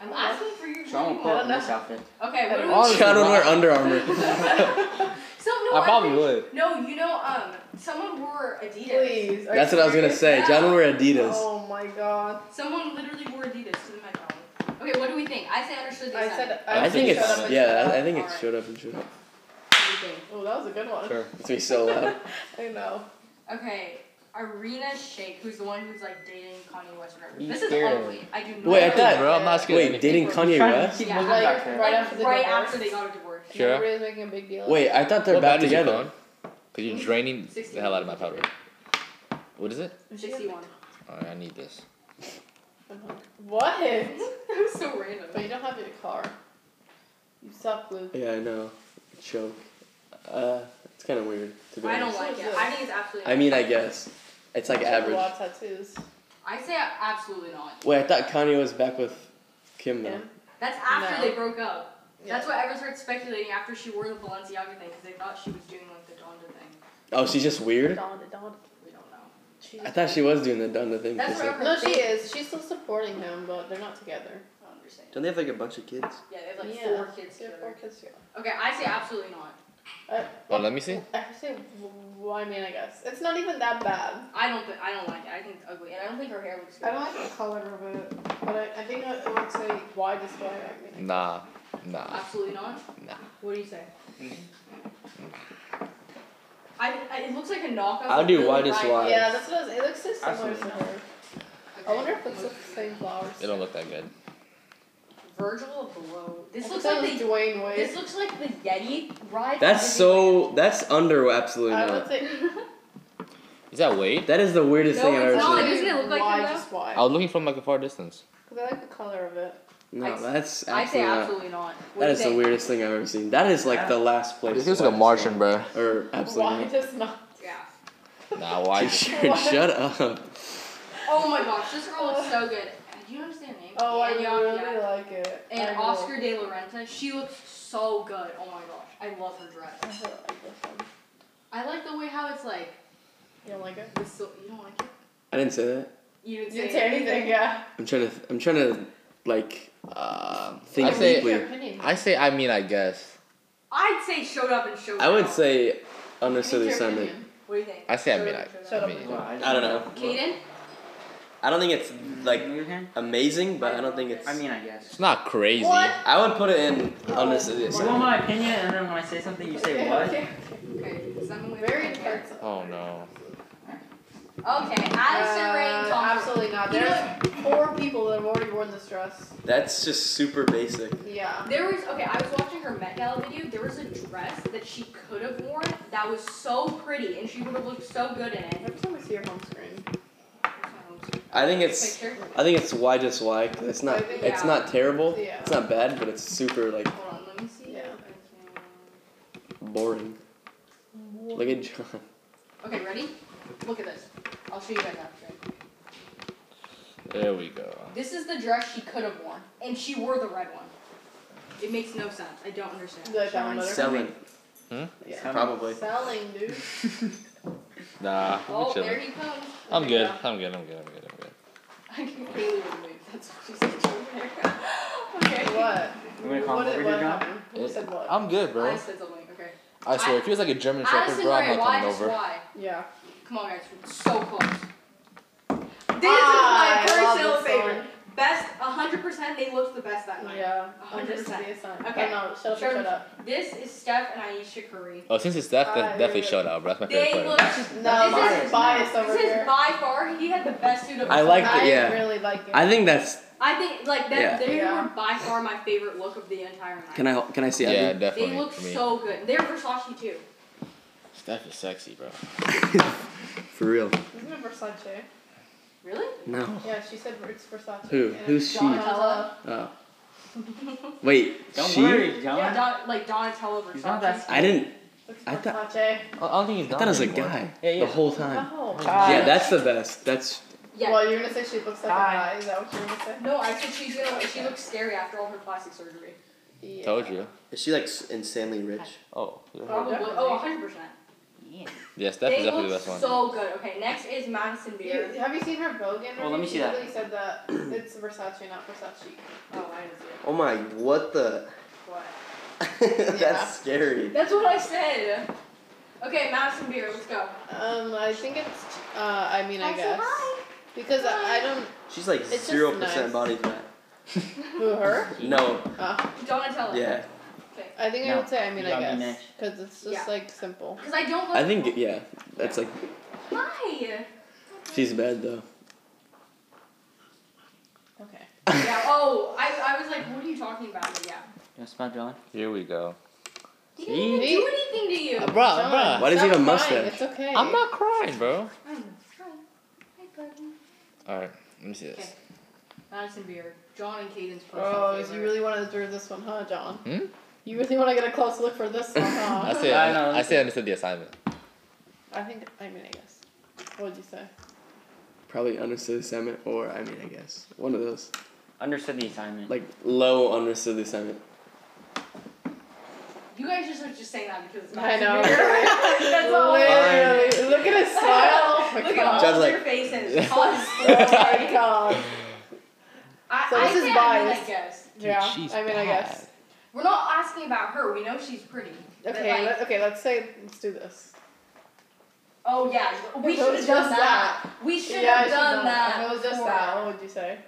Speaker 1: I'm asking for your
Speaker 5: Sean will
Speaker 1: opinion.
Speaker 5: pull up in
Speaker 2: Well,
Speaker 5: this outfit.
Speaker 1: Okay, what do we?
Speaker 3: Honestly,
Speaker 4: Sean would wear
Speaker 3: bro.
Speaker 4: Under Armour.
Speaker 1: So no,
Speaker 3: I probably
Speaker 1: think-
Speaker 3: would.
Speaker 1: No, you know, um, someone wore Adidas.
Speaker 2: Please. are
Speaker 4: That's
Speaker 2: you
Speaker 4: what I was gonna
Speaker 2: serious?
Speaker 4: say. John would wear Adidas.
Speaker 2: Oh my god!
Speaker 1: Someone literally wore Adidas to the Met Gala. Okay, what do we think? I say understood the
Speaker 2: I
Speaker 1: assignment.
Speaker 2: said.
Speaker 3: I
Speaker 4: I think
Speaker 3: think
Speaker 4: it's
Speaker 3: so.
Speaker 4: yeah. I- I think
Speaker 1: Alright.
Speaker 4: it's showed up and showed up.
Speaker 1: What do you think?
Speaker 2: Oh, that was a good one.
Speaker 3: Sure.
Speaker 4: It's gonna be so loud.
Speaker 2: I know.
Speaker 1: Okay, Arena Shake, who's the one who's like dating Kanye West or whatever.
Speaker 5: You
Speaker 1: This is
Speaker 5: scared him.
Speaker 1: ugly. I do not.
Speaker 4: Wait, I
Speaker 1: like
Speaker 4: thought-
Speaker 3: bro, I'm not scared. of
Speaker 4: Wait,
Speaker 3: anything.
Speaker 4: dating Kanye
Speaker 5: Trying to
Speaker 4: West?
Speaker 5: keep
Speaker 1: Yeah.
Speaker 5: looking
Speaker 2: Like,
Speaker 5: back there.
Speaker 2: Right
Speaker 1: right
Speaker 2: after
Speaker 1: after
Speaker 2: the divorce.
Speaker 1: they got a divorce.
Speaker 3: Sure.
Speaker 2: Everybody's making a big deal.
Speaker 4: Wait, I thought they're
Speaker 3: What
Speaker 4: back
Speaker 3: bad is it,
Speaker 4: together.
Speaker 3: Colin? Cause you're draining the hell out of my powder. What is it?
Speaker 1: Sixty-one.
Speaker 3: Alright, I need this.
Speaker 2: What?
Speaker 1: that was so
Speaker 2: But
Speaker 1: random.
Speaker 2: you don't have your car. You suck, Luke.
Speaker 4: Yeah, I know. Choke. Uh, it's kind of weird to be
Speaker 1: I don't
Speaker 4: honest.
Speaker 1: like it. I think it's absolutely.
Speaker 4: I mean, I guess it's like
Speaker 2: You have a
Speaker 4: average.
Speaker 2: lot of tattoos.
Speaker 1: I say absolutely not.
Speaker 4: Wait, I thought Kanye was back with Kim though.
Speaker 2: Kim?
Speaker 1: That's after
Speaker 2: No.
Speaker 1: they broke up. That's why everyone started speculating after she wore the Balenciaga thing because they thought she was doing like the Donda thing.
Speaker 4: Oh, she's just weird.
Speaker 2: Dawn to dawn.
Speaker 1: We don't know.
Speaker 2: She's-
Speaker 4: I thought she was doing the Donda thing.
Speaker 1: That's
Speaker 4: because,
Speaker 1: what
Speaker 4: like,
Speaker 1: everyone
Speaker 2: No, she
Speaker 1: thinks.
Speaker 2: is. She's still supporting him, but they're not together.
Speaker 1: I don't understand.
Speaker 4: Don't they have like a bunch of kids?
Speaker 1: Yeah, they have like
Speaker 2: Yeah.
Speaker 1: four kids
Speaker 2: They
Speaker 1: together.
Speaker 2: have four kids together.
Speaker 1: Okay, I say absolutely not.
Speaker 2: Uh,
Speaker 3: Well, let me see.
Speaker 2: I say, well, I mean, I guess it's not even that bad.
Speaker 1: I don't. thi- I don't like it. I think it's ugly, and I don't think her hair looks good.
Speaker 2: I don't like the color of it, but I, I think it looks like why display. I mean,
Speaker 3: Nah, nah,
Speaker 1: Absolutely not.
Speaker 3: nah.
Speaker 1: What do you say? I, I it looks like a knockoff.
Speaker 4: I'll
Speaker 1: of
Speaker 4: do
Speaker 1: Billie
Speaker 4: widest
Speaker 1: Riley.
Speaker 4: wide.
Speaker 2: yeah, that's what I was, it looks so similar to
Speaker 5: Absolutely.
Speaker 2: her.
Speaker 1: Okay.
Speaker 2: I wonder if it's the same flowers.
Speaker 3: It don't look that good.
Speaker 1: Virgil of below. This
Speaker 2: I
Speaker 1: looks
Speaker 2: thought
Speaker 1: like
Speaker 2: it was
Speaker 1: the
Speaker 2: Dwayne Wade.
Speaker 1: this looks like the Yeti ride.
Speaker 4: That's
Speaker 1: that
Speaker 4: so. That's under absolutely
Speaker 2: I would
Speaker 4: not.
Speaker 2: say
Speaker 3: Is that weight?
Speaker 4: That is the weirdest
Speaker 1: No,
Speaker 4: thing I've
Speaker 1: it's
Speaker 4: ever
Speaker 1: not.
Speaker 4: seen.
Speaker 1: doesn't it look like
Speaker 2: why
Speaker 1: him, though?
Speaker 2: just why?
Speaker 3: I was looking from like a far distance.
Speaker 2: Because I like the color of it.
Speaker 1: I-
Speaker 4: No, that's
Speaker 1: I
Speaker 4: absolutely
Speaker 1: say
Speaker 4: not.
Speaker 1: absolutely not. What
Speaker 4: That
Speaker 1: do
Speaker 4: is
Speaker 1: you
Speaker 4: the
Speaker 1: think?
Speaker 4: weirdest thing I've ever seen. That is like the last place.
Speaker 3: This looks
Speaker 4: why
Speaker 3: like a
Speaker 4: I
Speaker 3: Martian, bro.
Speaker 4: saw- Or absolutely.
Speaker 2: Why
Speaker 4: not.
Speaker 2: does not?
Speaker 1: Yeah.
Speaker 3: Nah, why?
Speaker 4: Dude, shut up.
Speaker 1: Oh my gosh, this girl looks so good. Do you understand her name?
Speaker 2: Oh, I
Speaker 1: Anne Young, yeah.
Speaker 2: really like it. I
Speaker 1: And
Speaker 2: really-
Speaker 1: Oscar De La Renta, she looks so good. Oh my gosh, I love her
Speaker 2: I
Speaker 1: dress.
Speaker 2: really like this one.
Speaker 1: I like the way how it's like.
Speaker 2: You don't like it?
Speaker 1: The sil- you don't like it?
Speaker 4: I didn't say that.
Speaker 1: You didn't
Speaker 2: You
Speaker 1: say,
Speaker 2: didn't say anything, yeah.
Speaker 4: I'm trying to. Th- I'm trying to like uh,
Speaker 3: I
Speaker 4: think
Speaker 3: say-
Speaker 4: deeply.
Speaker 2: Your opinion.
Speaker 3: I say, I mean, I guess.
Speaker 1: I'd say showed up and showed
Speaker 4: I would
Speaker 1: out.
Speaker 4: say unnecessarily
Speaker 2: Your
Speaker 4: Sunday.
Speaker 2: opinion.
Speaker 1: What do you think?
Speaker 3: I say, I
Speaker 1: Showed
Speaker 3: mean,
Speaker 1: up
Speaker 3: I.
Speaker 1: and showed
Speaker 2: Shut
Speaker 1: out.
Speaker 2: up.
Speaker 3: I mean,
Speaker 4: I don't know.
Speaker 1: Kaden?
Speaker 4: I don't think it's like
Speaker 5: On the other hand,
Speaker 4: amazing, but I don't think it's.
Speaker 5: I mean, I guess.
Speaker 3: it's not crazy.
Speaker 2: What?
Speaker 4: I would put it in
Speaker 2: Oh.
Speaker 4: unnecessarily
Speaker 5: You
Speaker 2: Well,
Speaker 5: want
Speaker 4: Sunday.
Speaker 5: my opinion, and then when I say something, you say
Speaker 2: Okay,
Speaker 5: what?
Speaker 2: okay.
Speaker 1: Okay, is that what we-
Speaker 2: Very
Speaker 1: okay.
Speaker 2: intense.
Speaker 3: Oh no.
Speaker 1: Okay, Addison Rae
Speaker 2: Uh,
Speaker 1: Thompson.
Speaker 2: Absolutely not.
Speaker 1: You know
Speaker 2: There's four people that have already worn this dress.
Speaker 4: That's just super basic.
Speaker 2: Yeah.
Speaker 1: There was okay. I was watching her Met Gala video. There was a dress that she could have worn that was so pretty, and she would have looked so good in it.
Speaker 2: Every time I see your home screen.
Speaker 4: I think it's.
Speaker 1: Picture.
Speaker 4: I think it's why just why. 'cause it's not. It's not terrible.
Speaker 2: Yeah.
Speaker 4: It's not bad, but it's super like
Speaker 1: Hold on, let me see.
Speaker 2: Yeah.
Speaker 4: boring. Look at John.
Speaker 1: Okay, ready? Look at this. I'll show you guys after.
Speaker 3: There we go.
Speaker 1: This is the dress she could have worn, and she wore the red one. It makes no sense. I don't understand.
Speaker 2: The down better.
Speaker 4: Selling,
Speaker 2: Yeah.
Speaker 5: Come on.
Speaker 4: probably.
Speaker 2: Selling, dude.
Speaker 3: Nah, I'm
Speaker 1: oh, there
Speaker 3: chilling.
Speaker 1: he comes.
Speaker 3: I'm
Speaker 2: Okay,
Speaker 3: good.
Speaker 2: yeah.
Speaker 3: I'm good. I'm good. I'm good. I'm good.
Speaker 1: I can barely move. That's what she said to her. okay.
Speaker 2: What?
Speaker 5: You wanna come
Speaker 2: what did,
Speaker 5: over here,
Speaker 2: what
Speaker 5: John?
Speaker 2: happened? Who
Speaker 3: It-
Speaker 2: said what?
Speaker 3: I'm good,
Speaker 1: I
Speaker 3: bro.
Speaker 1: said something. Okay.
Speaker 3: I swear,
Speaker 1: I-
Speaker 3: if he was like a German Shepherd,
Speaker 1: Addison
Speaker 3: bro, I'm
Speaker 1: Rae,
Speaker 3: not
Speaker 1: why
Speaker 3: coming
Speaker 1: just
Speaker 3: over.
Speaker 1: why?
Speaker 2: yeah.
Speaker 1: Come on, guys. We're so close. This
Speaker 2: Ah,
Speaker 1: is
Speaker 2: I
Speaker 1: my
Speaker 2: love
Speaker 1: personal
Speaker 2: this
Speaker 1: favorite. Best, 100%. They looked the best that night.
Speaker 2: Yeah.
Speaker 1: A
Speaker 2: I'm
Speaker 1: hundred
Speaker 2: just
Speaker 1: percent.
Speaker 2: be a son.
Speaker 1: Okay.
Speaker 2: Oh, no, shut up,
Speaker 1: Sure.
Speaker 2: shut up.
Speaker 1: This is Steph and Aisha Curry.
Speaker 3: Oh, since it's that,
Speaker 2: Ah,
Speaker 3: that definitely
Speaker 2: yeah.
Speaker 3: showed out, bro. That's my
Speaker 1: They
Speaker 3: favorite
Speaker 1: look.
Speaker 3: part.
Speaker 2: No,
Speaker 1: This
Speaker 2: this
Speaker 5: is-
Speaker 2: is bias over
Speaker 1: This is
Speaker 2: here.
Speaker 1: by far he had the best suit of.
Speaker 4: I
Speaker 1: the
Speaker 4: like
Speaker 1: summer.
Speaker 4: it,
Speaker 2: I
Speaker 4: yeah.
Speaker 2: really like it.
Speaker 4: I think that's.
Speaker 1: I think like that.
Speaker 4: Yeah.
Speaker 1: They
Speaker 2: Yeah.
Speaker 1: were by far my favorite look of the entire night.
Speaker 4: Can I? Can I see?
Speaker 3: Yeah,
Speaker 4: Abby?
Speaker 3: definitely.
Speaker 1: They look
Speaker 3: for me.
Speaker 1: so good. They're Versace too.
Speaker 3: Steph is sexy, bro.
Speaker 4: For real.
Speaker 2: Isn't it Versace?
Speaker 1: Really?
Speaker 4: No.
Speaker 2: Yeah, she said it's Versace.
Speaker 4: Who?
Speaker 2: And
Speaker 4: Who's she?
Speaker 2: Donatella.
Speaker 4: Oh. Wait.
Speaker 5: Don't
Speaker 4: she?
Speaker 5: worry, John.
Speaker 1: Yeah. Don, like Donatello Versace.
Speaker 5: He's not that
Speaker 4: I didn't.
Speaker 2: Looks
Speaker 4: I thought-
Speaker 2: Versace.
Speaker 3: I I don't think he's
Speaker 4: I
Speaker 3: done
Speaker 4: thought it was a
Speaker 3: anymore.
Speaker 4: guy.
Speaker 3: Yeah, yeah.
Speaker 4: The whole time.
Speaker 2: Oh,
Speaker 3: God.
Speaker 4: Yeah, that's the best. That's.
Speaker 1: Yeah.
Speaker 2: Well, you're gonna say she looks like
Speaker 5: Hi.
Speaker 2: a guy. Is that what you're gonna say?
Speaker 1: no, I said she's gonna. She looks scary after all her plastic surgery.
Speaker 2: Yeah.
Speaker 3: Told you.
Speaker 4: Is she like s- insanely rich?
Speaker 3: Oh. yeah.
Speaker 1: Probably.
Speaker 2: definitely.
Speaker 1: Oh, 100 percent.
Speaker 3: Yeah, Steph is
Speaker 1: They
Speaker 3: definitely the
Speaker 1: look
Speaker 3: best one.
Speaker 1: so good. Okay, next is Madison Beer.
Speaker 2: You, have you seen her Vogue interview?
Speaker 5: Well, let me see
Speaker 2: she
Speaker 5: that.
Speaker 2: literally said that it's Versace, not Versace.
Speaker 1: Oh, I didn't see it.
Speaker 4: Oh my! What the?
Speaker 1: What?
Speaker 4: that's
Speaker 2: Yeah.
Speaker 4: scary.
Speaker 1: That's what I said. Okay, Madison Beer. Let's go.
Speaker 2: Um, I think it's. Uh, I mean, I guess because I, I don't.
Speaker 4: She's like
Speaker 2: It's just
Speaker 4: zero percent
Speaker 2: nice.
Speaker 4: body fat.
Speaker 2: Who her?
Speaker 4: No.
Speaker 2: Uh,
Speaker 1: Donatello.
Speaker 4: Yeah.
Speaker 2: I think I
Speaker 5: No,
Speaker 2: would say. I mean,
Speaker 5: you
Speaker 2: I guess
Speaker 5: got me next.
Speaker 2: because it's just
Speaker 1: Yeah.
Speaker 2: like simple.
Speaker 1: Because I don't. Look
Speaker 4: I think yeah. That's like
Speaker 1: Hi.
Speaker 4: she's bad though.
Speaker 2: Okay.
Speaker 1: Yeah. Oh, I, I was like, what are you talking about? But yeah.
Speaker 5: You want to smell John?
Speaker 3: Here we go.
Speaker 1: He didn't even
Speaker 2: See?
Speaker 1: do anything to
Speaker 4: Uh,
Speaker 1: you.
Speaker 3: Bruh,
Speaker 2: John,
Speaker 3: bruh.
Speaker 4: Why does he
Speaker 2: stop
Speaker 4: have a
Speaker 2: crying,
Speaker 4: mustache?
Speaker 2: It's okay.
Speaker 3: I'm not crying, bro.
Speaker 1: I know. Hmm, Hi. Hi, buddy.
Speaker 3: Alright, let me see this.
Speaker 1: Okay. Madison Beer. John and Caden's personal
Speaker 2: Oh,
Speaker 1: favorite.
Speaker 2: you really want to do this one, huh, John?
Speaker 3: Hmm?
Speaker 2: You really want to get a close look for this one,
Speaker 3: I
Speaker 2: huh?
Speaker 3: say,
Speaker 5: I know,
Speaker 3: I, I
Speaker 5: that's-
Speaker 3: say I understood the assignment.
Speaker 2: I think. I mean, I guess. What would you say?
Speaker 4: Probably understood assignment, or I mean, I guess one of those
Speaker 5: Understood the assignment.
Speaker 4: like low understood assignment.
Speaker 1: You guys just are just saying that because it's
Speaker 2: I know.
Speaker 1: That's all.
Speaker 2: Literally, look at his smile. Oh my
Speaker 1: Look at all
Speaker 2: god.
Speaker 4: Just
Speaker 1: of
Speaker 4: like-
Speaker 1: your faces.
Speaker 4: Yeah.
Speaker 1: Call it sports.
Speaker 2: Oh my god.
Speaker 1: I,
Speaker 2: So
Speaker 1: I
Speaker 2: this is
Speaker 1: can't, I mean, I
Speaker 2: biased.
Speaker 1: guess.
Speaker 2: Yeah.
Speaker 3: she's
Speaker 2: I mean, I guess.
Speaker 1: We're not asking about her. We know she's pretty. But,
Speaker 2: Okay.
Speaker 1: like,
Speaker 2: let, okay. Let's say let's do this.
Speaker 1: oh yeah. We
Speaker 2: If it
Speaker 1: should
Speaker 2: was
Speaker 1: have done
Speaker 2: just
Speaker 1: that. We should
Speaker 2: yeah, I
Speaker 1: have
Speaker 2: should've
Speaker 1: done that.
Speaker 2: If it was just
Speaker 1: for-
Speaker 2: that, what would you say?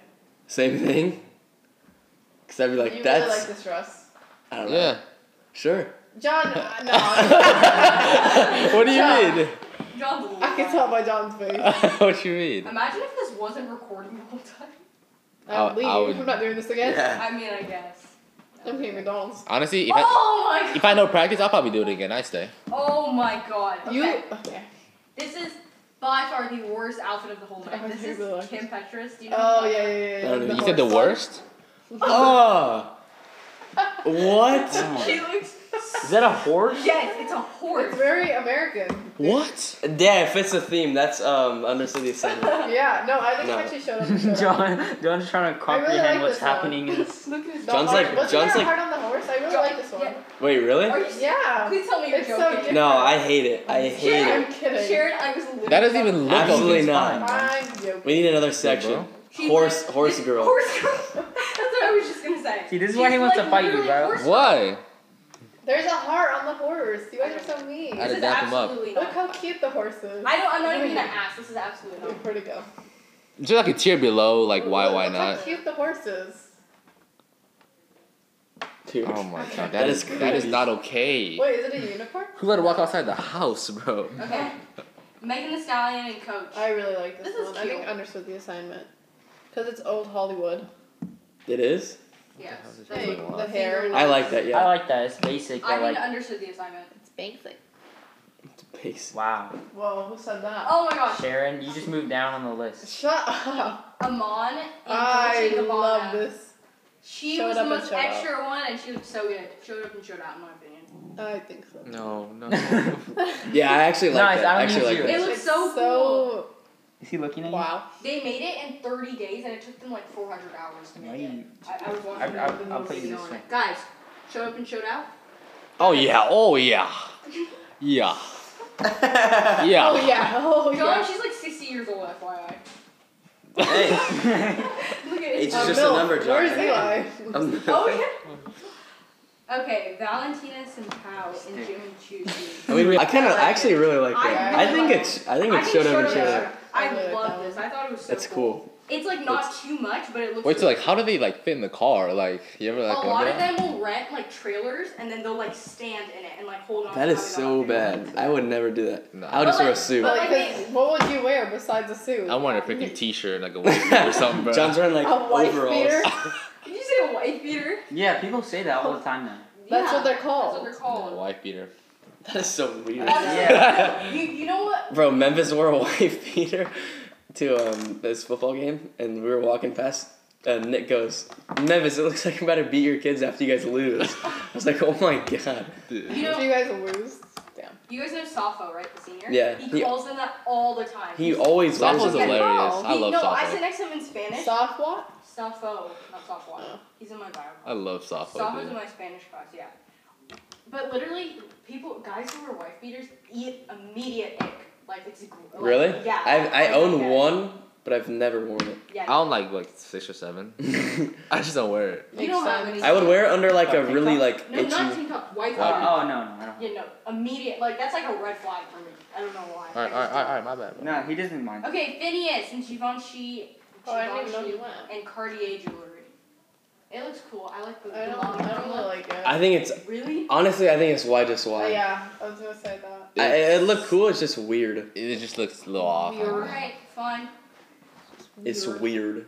Speaker 4: Same thing. Cause I'd be like,
Speaker 2: you
Speaker 4: that's
Speaker 2: really like this dress,
Speaker 4: I don't know.
Speaker 3: Yeah.
Speaker 4: Sure.
Speaker 2: John? uh, No.
Speaker 4: what do you
Speaker 2: Yeah.
Speaker 4: mean?
Speaker 1: John Belushi.
Speaker 2: oh. I can tell by John's
Speaker 3: Uh,
Speaker 2: face.
Speaker 3: what you mean?
Speaker 1: Imagine if this wasn't recording the whole time.
Speaker 3: I- I
Speaker 2: I'm leaving.
Speaker 3: would-
Speaker 2: I'm not doing this again.
Speaker 4: Yeah.
Speaker 1: I mean, I guess.
Speaker 2: I'm hitting McDonald's.
Speaker 3: Honestly, if I
Speaker 1: Oh my
Speaker 3: if I know practice, I'll probably do it again. I stay.
Speaker 1: Oh my god. Okay.
Speaker 2: You okay?
Speaker 1: This is by far the worst outfit of the whole night.
Speaker 2: I
Speaker 1: This
Speaker 2: do really
Speaker 1: is
Speaker 2: like
Speaker 1: Kim Petras. Do you know
Speaker 2: Oh
Speaker 1: who
Speaker 2: yeah,
Speaker 1: that
Speaker 2: yeah,
Speaker 1: is?
Speaker 2: yeah.
Speaker 4: I don't know.
Speaker 3: You said the
Speaker 2: horse.
Speaker 3: worst.
Speaker 4: Oh. what?
Speaker 5: Oh.
Speaker 1: She looks.
Speaker 5: Is that a horse?
Speaker 1: Yes, it's a horse.
Speaker 2: It's very American.
Speaker 3: What?
Speaker 4: Yeah, if it's a theme, that's um understood the assignment.
Speaker 2: Yeah. No, I think
Speaker 4: No.
Speaker 2: it actually showed up. in the show.
Speaker 5: John, John's trying to
Speaker 2: I really
Speaker 5: comprehend
Speaker 2: like
Speaker 5: what's
Speaker 2: this one.
Speaker 5: happening in this.
Speaker 2: Look at his
Speaker 4: John's
Speaker 2: dog.
Speaker 4: like- John's
Speaker 2: Wasn't there a
Speaker 4: like-
Speaker 2: heart on the horse? I really like this one.
Speaker 1: Yeah.
Speaker 4: Wait,
Speaker 1: Are
Speaker 4: really?
Speaker 1: you serious?
Speaker 2: Yeah.
Speaker 1: Please tell me you're
Speaker 2: It's so
Speaker 1: joking.
Speaker 2: different.
Speaker 4: No, I hate it. I hate
Speaker 2: I'm
Speaker 4: it.
Speaker 2: kidding.
Speaker 1: Sharon, I was literally.
Speaker 3: That doesn't even look
Speaker 4: Absolutely
Speaker 3: okay.
Speaker 4: not.
Speaker 2: I'm joking.
Speaker 4: We need another
Speaker 3: bro.
Speaker 4: section.
Speaker 1: She's
Speaker 4: Horse-
Speaker 1: like-
Speaker 4: horse girl.
Speaker 1: Horse girl. That's what I was just gonna say.
Speaker 5: See, this is
Speaker 1: She's
Speaker 5: why he wants
Speaker 1: like
Speaker 5: to fight you,
Speaker 1: literally
Speaker 5: bro.
Speaker 1: horse-
Speaker 3: Why?
Speaker 2: There's a heart on the horse. You guys are so mean.
Speaker 3: I
Speaker 1: This
Speaker 3: didn't-
Speaker 1: is
Speaker 3: dap him up.
Speaker 1: absolutely
Speaker 2: Look
Speaker 1: not.
Speaker 2: how cute the horse is.
Speaker 1: I don't. I'm not even gonna ask. This is absolutely not.
Speaker 2: Where'd it go?
Speaker 3: Just like a tier below. Like why?
Speaker 2: Look-
Speaker 3: Why
Speaker 2: look
Speaker 3: not?
Speaker 2: How cute the horse is.
Speaker 4: Dude.
Speaker 3: Oh my god,
Speaker 4: That
Speaker 3: that
Speaker 4: is
Speaker 3: is that is
Speaker 4: creepy.
Speaker 3: not okay.
Speaker 2: Wait, is it a unicorn?
Speaker 3: Who let her walk outside the house, bro?
Speaker 1: Okay. Megan Thee Stallion and Coach.
Speaker 2: I really like this,
Speaker 1: This is
Speaker 2: one. I think
Speaker 1: cute.
Speaker 2: I understood the assignment. Because it's old Hollywood.
Speaker 4: It is?
Speaker 1: yes.
Speaker 3: hell is
Speaker 1: that's
Speaker 3: it?
Speaker 2: Like,
Speaker 1: what-
Speaker 3: one.
Speaker 2: the hair.
Speaker 1: I
Speaker 4: I like that,
Speaker 5: I
Speaker 4: yeah.
Speaker 5: like that. It's basic. I,
Speaker 1: I need
Speaker 5: like.
Speaker 2: uh,
Speaker 1: to understood the assignment.
Speaker 2: It's basic.
Speaker 4: Peace.
Speaker 5: Wow,
Speaker 2: Whoa, who said that?
Speaker 1: Oh my gosh.
Speaker 5: Sharon, you just moved down on the list.
Speaker 2: Shut up.
Speaker 1: Amon and
Speaker 2: I
Speaker 1: Dolce Gabbana.
Speaker 2: love this.
Speaker 1: She
Speaker 2: Showed
Speaker 1: was
Speaker 2: up
Speaker 1: the
Speaker 2: and
Speaker 1: most
Speaker 2: showed out.
Speaker 1: extra one, and she looked so good. Showed up and showed out, in my opinion.
Speaker 2: I think so.
Speaker 3: No, no.
Speaker 4: Mm. Yeah, I actually like
Speaker 5: Nice,
Speaker 4: that.
Speaker 5: I
Speaker 4: I
Speaker 5: don't
Speaker 4: actually
Speaker 5: need
Speaker 4: like
Speaker 5: you.
Speaker 1: It
Speaker 4: that.
Speaker 1: looks
Speaker 2: It's
Speaker 1: so
Speaker 2: so
Speaker 5: Is he looking at
Speaker 2: wow.
Speaker 1: They made it in 30 days, and it took them like 400 hours to
Speaker 5: you?
Speaker 1: make
Speaker 5: No,
Speaker 1: it.
Speaker 5: you.
Speaker 1: I, I was
Speaker 5: I,
Speaker 1: wondering.
Speaker 5: I, I'll put you
Speaker 1: you know,
Speaker 5: this way.
Speaker 1: like, Guys, showed up and showed out.
Speaker 3: Oh yeah. Oh yeah. Yeah.
Speaker 2: Oh
Speaker 3: Yeah.
Speaker 2: yeah. Oh
Speaker 1: John,
Speaker 2: yeah.
Speaker 1: she's like 60 years old, FYI.
Speaker 4: Hey,
Speaker 1: Look at
Speaker 4: It's
Speaker 1: it.
Speaker 2: Uh,
Speaker 4: just a
Speaker 2: Bill,
Speaker 4: number, John.
Speaker 2: Where's Eli?
Speaker 4: I'm-
Speaker 1: Oh yeah. Okay, Valentina Simpao and Jim and Choo.
Speaker 4: I mean, I kind of
Speaker 1: I like
Speaker 4: actually
Speaker 1: it.
Speaker 4: really like
Speaker 1: I
Speaker 4: that.
Speaker 2: really
Speaker 4: I think
Speaker 1: like
Speaker 4: it's I think
Speaker 1: I
Speaker 4: it's
Speaker 1: think
Speaker 4: showed up and
Speaker 1: Shodown
Speaker 4: showed
Speaker 1: is
Speaker 4: up.
Speaker 1: better. I,
Speaker 2: I really
Speaker 1: love
Speaker 2: like
Speaker 1: this. I thought it was so
Speaker 4: That's cool.
Speaker 1: It's like not too much, but it looks.
Speaker 3: Wait, so like, how do they like fit in the car? Like, you ever
Speaker 1: a
Speaker 3: like
Speaker 1: lot
Speaker 3: wonder?
Speaker 1: of them will rent like trailers and then they'll like stand in it and like hold on.
Speaker 4: That
Speaker 1: to
Speaker 4: is
Speaker 1: how they
Speaker 4: so
Speaker 1: got there.
Speaker 4: bad. I would never do that.
Speaker 3: No.
Speaker 4: I would just wear a suit.
Speaker 2: But, like,
Speaker 1: Wait.
Speaker 2: 'cause what would you wear besides a suit?
Speaker 3: I want a freaking t-shirt, like a white t-shirt or something, bro.
Speaker 4: John's wearing like
Speaker 2: a wife beater.
Speaker 4: overalls.
Speaker 1: Did you say a white beater?
Speaker 5: Yeah, people say that all the time now.
Speaker 2: That's
Speaker 1: Yeah,
Speaker 2: what they're
Speaker 1: That's what
Speaker 2: called.
Speaker 1: they're
Speaker 3: No,
Speaker 1: called.
Speaker 3: wife beater.
Speaker 4: That is so weird.
Speaker 5: Yeah.
Speaker 1: you, you know what?
Speaker 4: Bro, Memphis wore a wife beater to um this football game, and we were walking past, and Nick goes, "Memphis, it looks like I'm about to beat your kids after you guys lose." I was like, "Oh my god."
Speaker 1: You
Speaker 2: If
Speaker 1: know,
Speaker 2: you guys lose, damn.
Speaker 1: you guys know Sappho, right? The senior.
Speaker 4: Yeah.
Speaker 1: He
Speaker 4: He-
Speaker 1: calls them that all the time.
Speaker 4: He always wears
Speaker 3: Sappho's
Speaker 4: a
Speaker 1: hilarious.
Speaker 2: Oh,
Speaker 3: hilarious. I
Speaker 1: He-
Speaker 3: love
Speaker 1: no, I sit
Speaker 3: Sappho.
Speaker 1: next to him in Spanish.
Speaker 2: Soft what?
Speaker 1: Sappho, not Sappho. He's in my bio.
Speaker 3: I love Sappho,
Speaker 1: Sappho's in
Speaker 3: dude.
Speaker 1: my Spanish class, yeah. But literally, people, guys who wear wife beaters eat immediate ick. Like it's gr- like,
Speaker 4: Really?
Speaker 1: Yeah.
Speaker 4: I I
Speaker 1: like,
Speaker 4: own
Speaker 1: yeah.
Speaker 4: one, but I've never worn
Speaker 1: Yeah.
Speaker 3: I own like like six or seven.
Speaker 4: it.
Speaker 3: I just don't wear it.
Speaker 1: you don't have any.
Speaker 4: I would wear it under like a
Speaker 5: Tank
Speaker 4: really
Speaker 5: top?
Speaker 4: like
Speaker 1: No, not
Speaker 4: itchy.
Speaker 1: tank top. Wife
Speaker 5: Oh,
Speaker 1: beater.
Speaker 3: Wow.
Speaker 5: oh, no, no, I don't.
Speaker 1: Yeah, no. Immediate. Like that's like a red flag for me. I don't know why.
Speaker 3: All right, all right, all right, my bad. Bro.
Speaker 5: No, he doesn't mind.
Speaker 1: Okay, Phineas and Givenchy.
Speaker 2: Oh, I didn't even know
Speaker 1: Givenchy
Speaker 2: you went.
Speaker 1: and Cartier jewelry. It looks cool. I like the.
Speaker 2: I
Speaker 1: the
Speaker 2: don't.
Speaker 1: long
Speaker 2: I don't
Speaker 1: one.
Speaker 2: really like it.
Speaker 4: I think it's
Speaker 1: Really?
Speaker 4: honestly, I think it's why just
Speaker 2: Oh,
Speaker 4: why.
Speaker 2: yeah, I was gonna say that.
Speaker 4: I, it looked cool. It's just weird.
Speaker 3: It just looks a little off.
Speaker 2: You're-
Speaker 1: All right, fine.
Speaker 4: It's weird.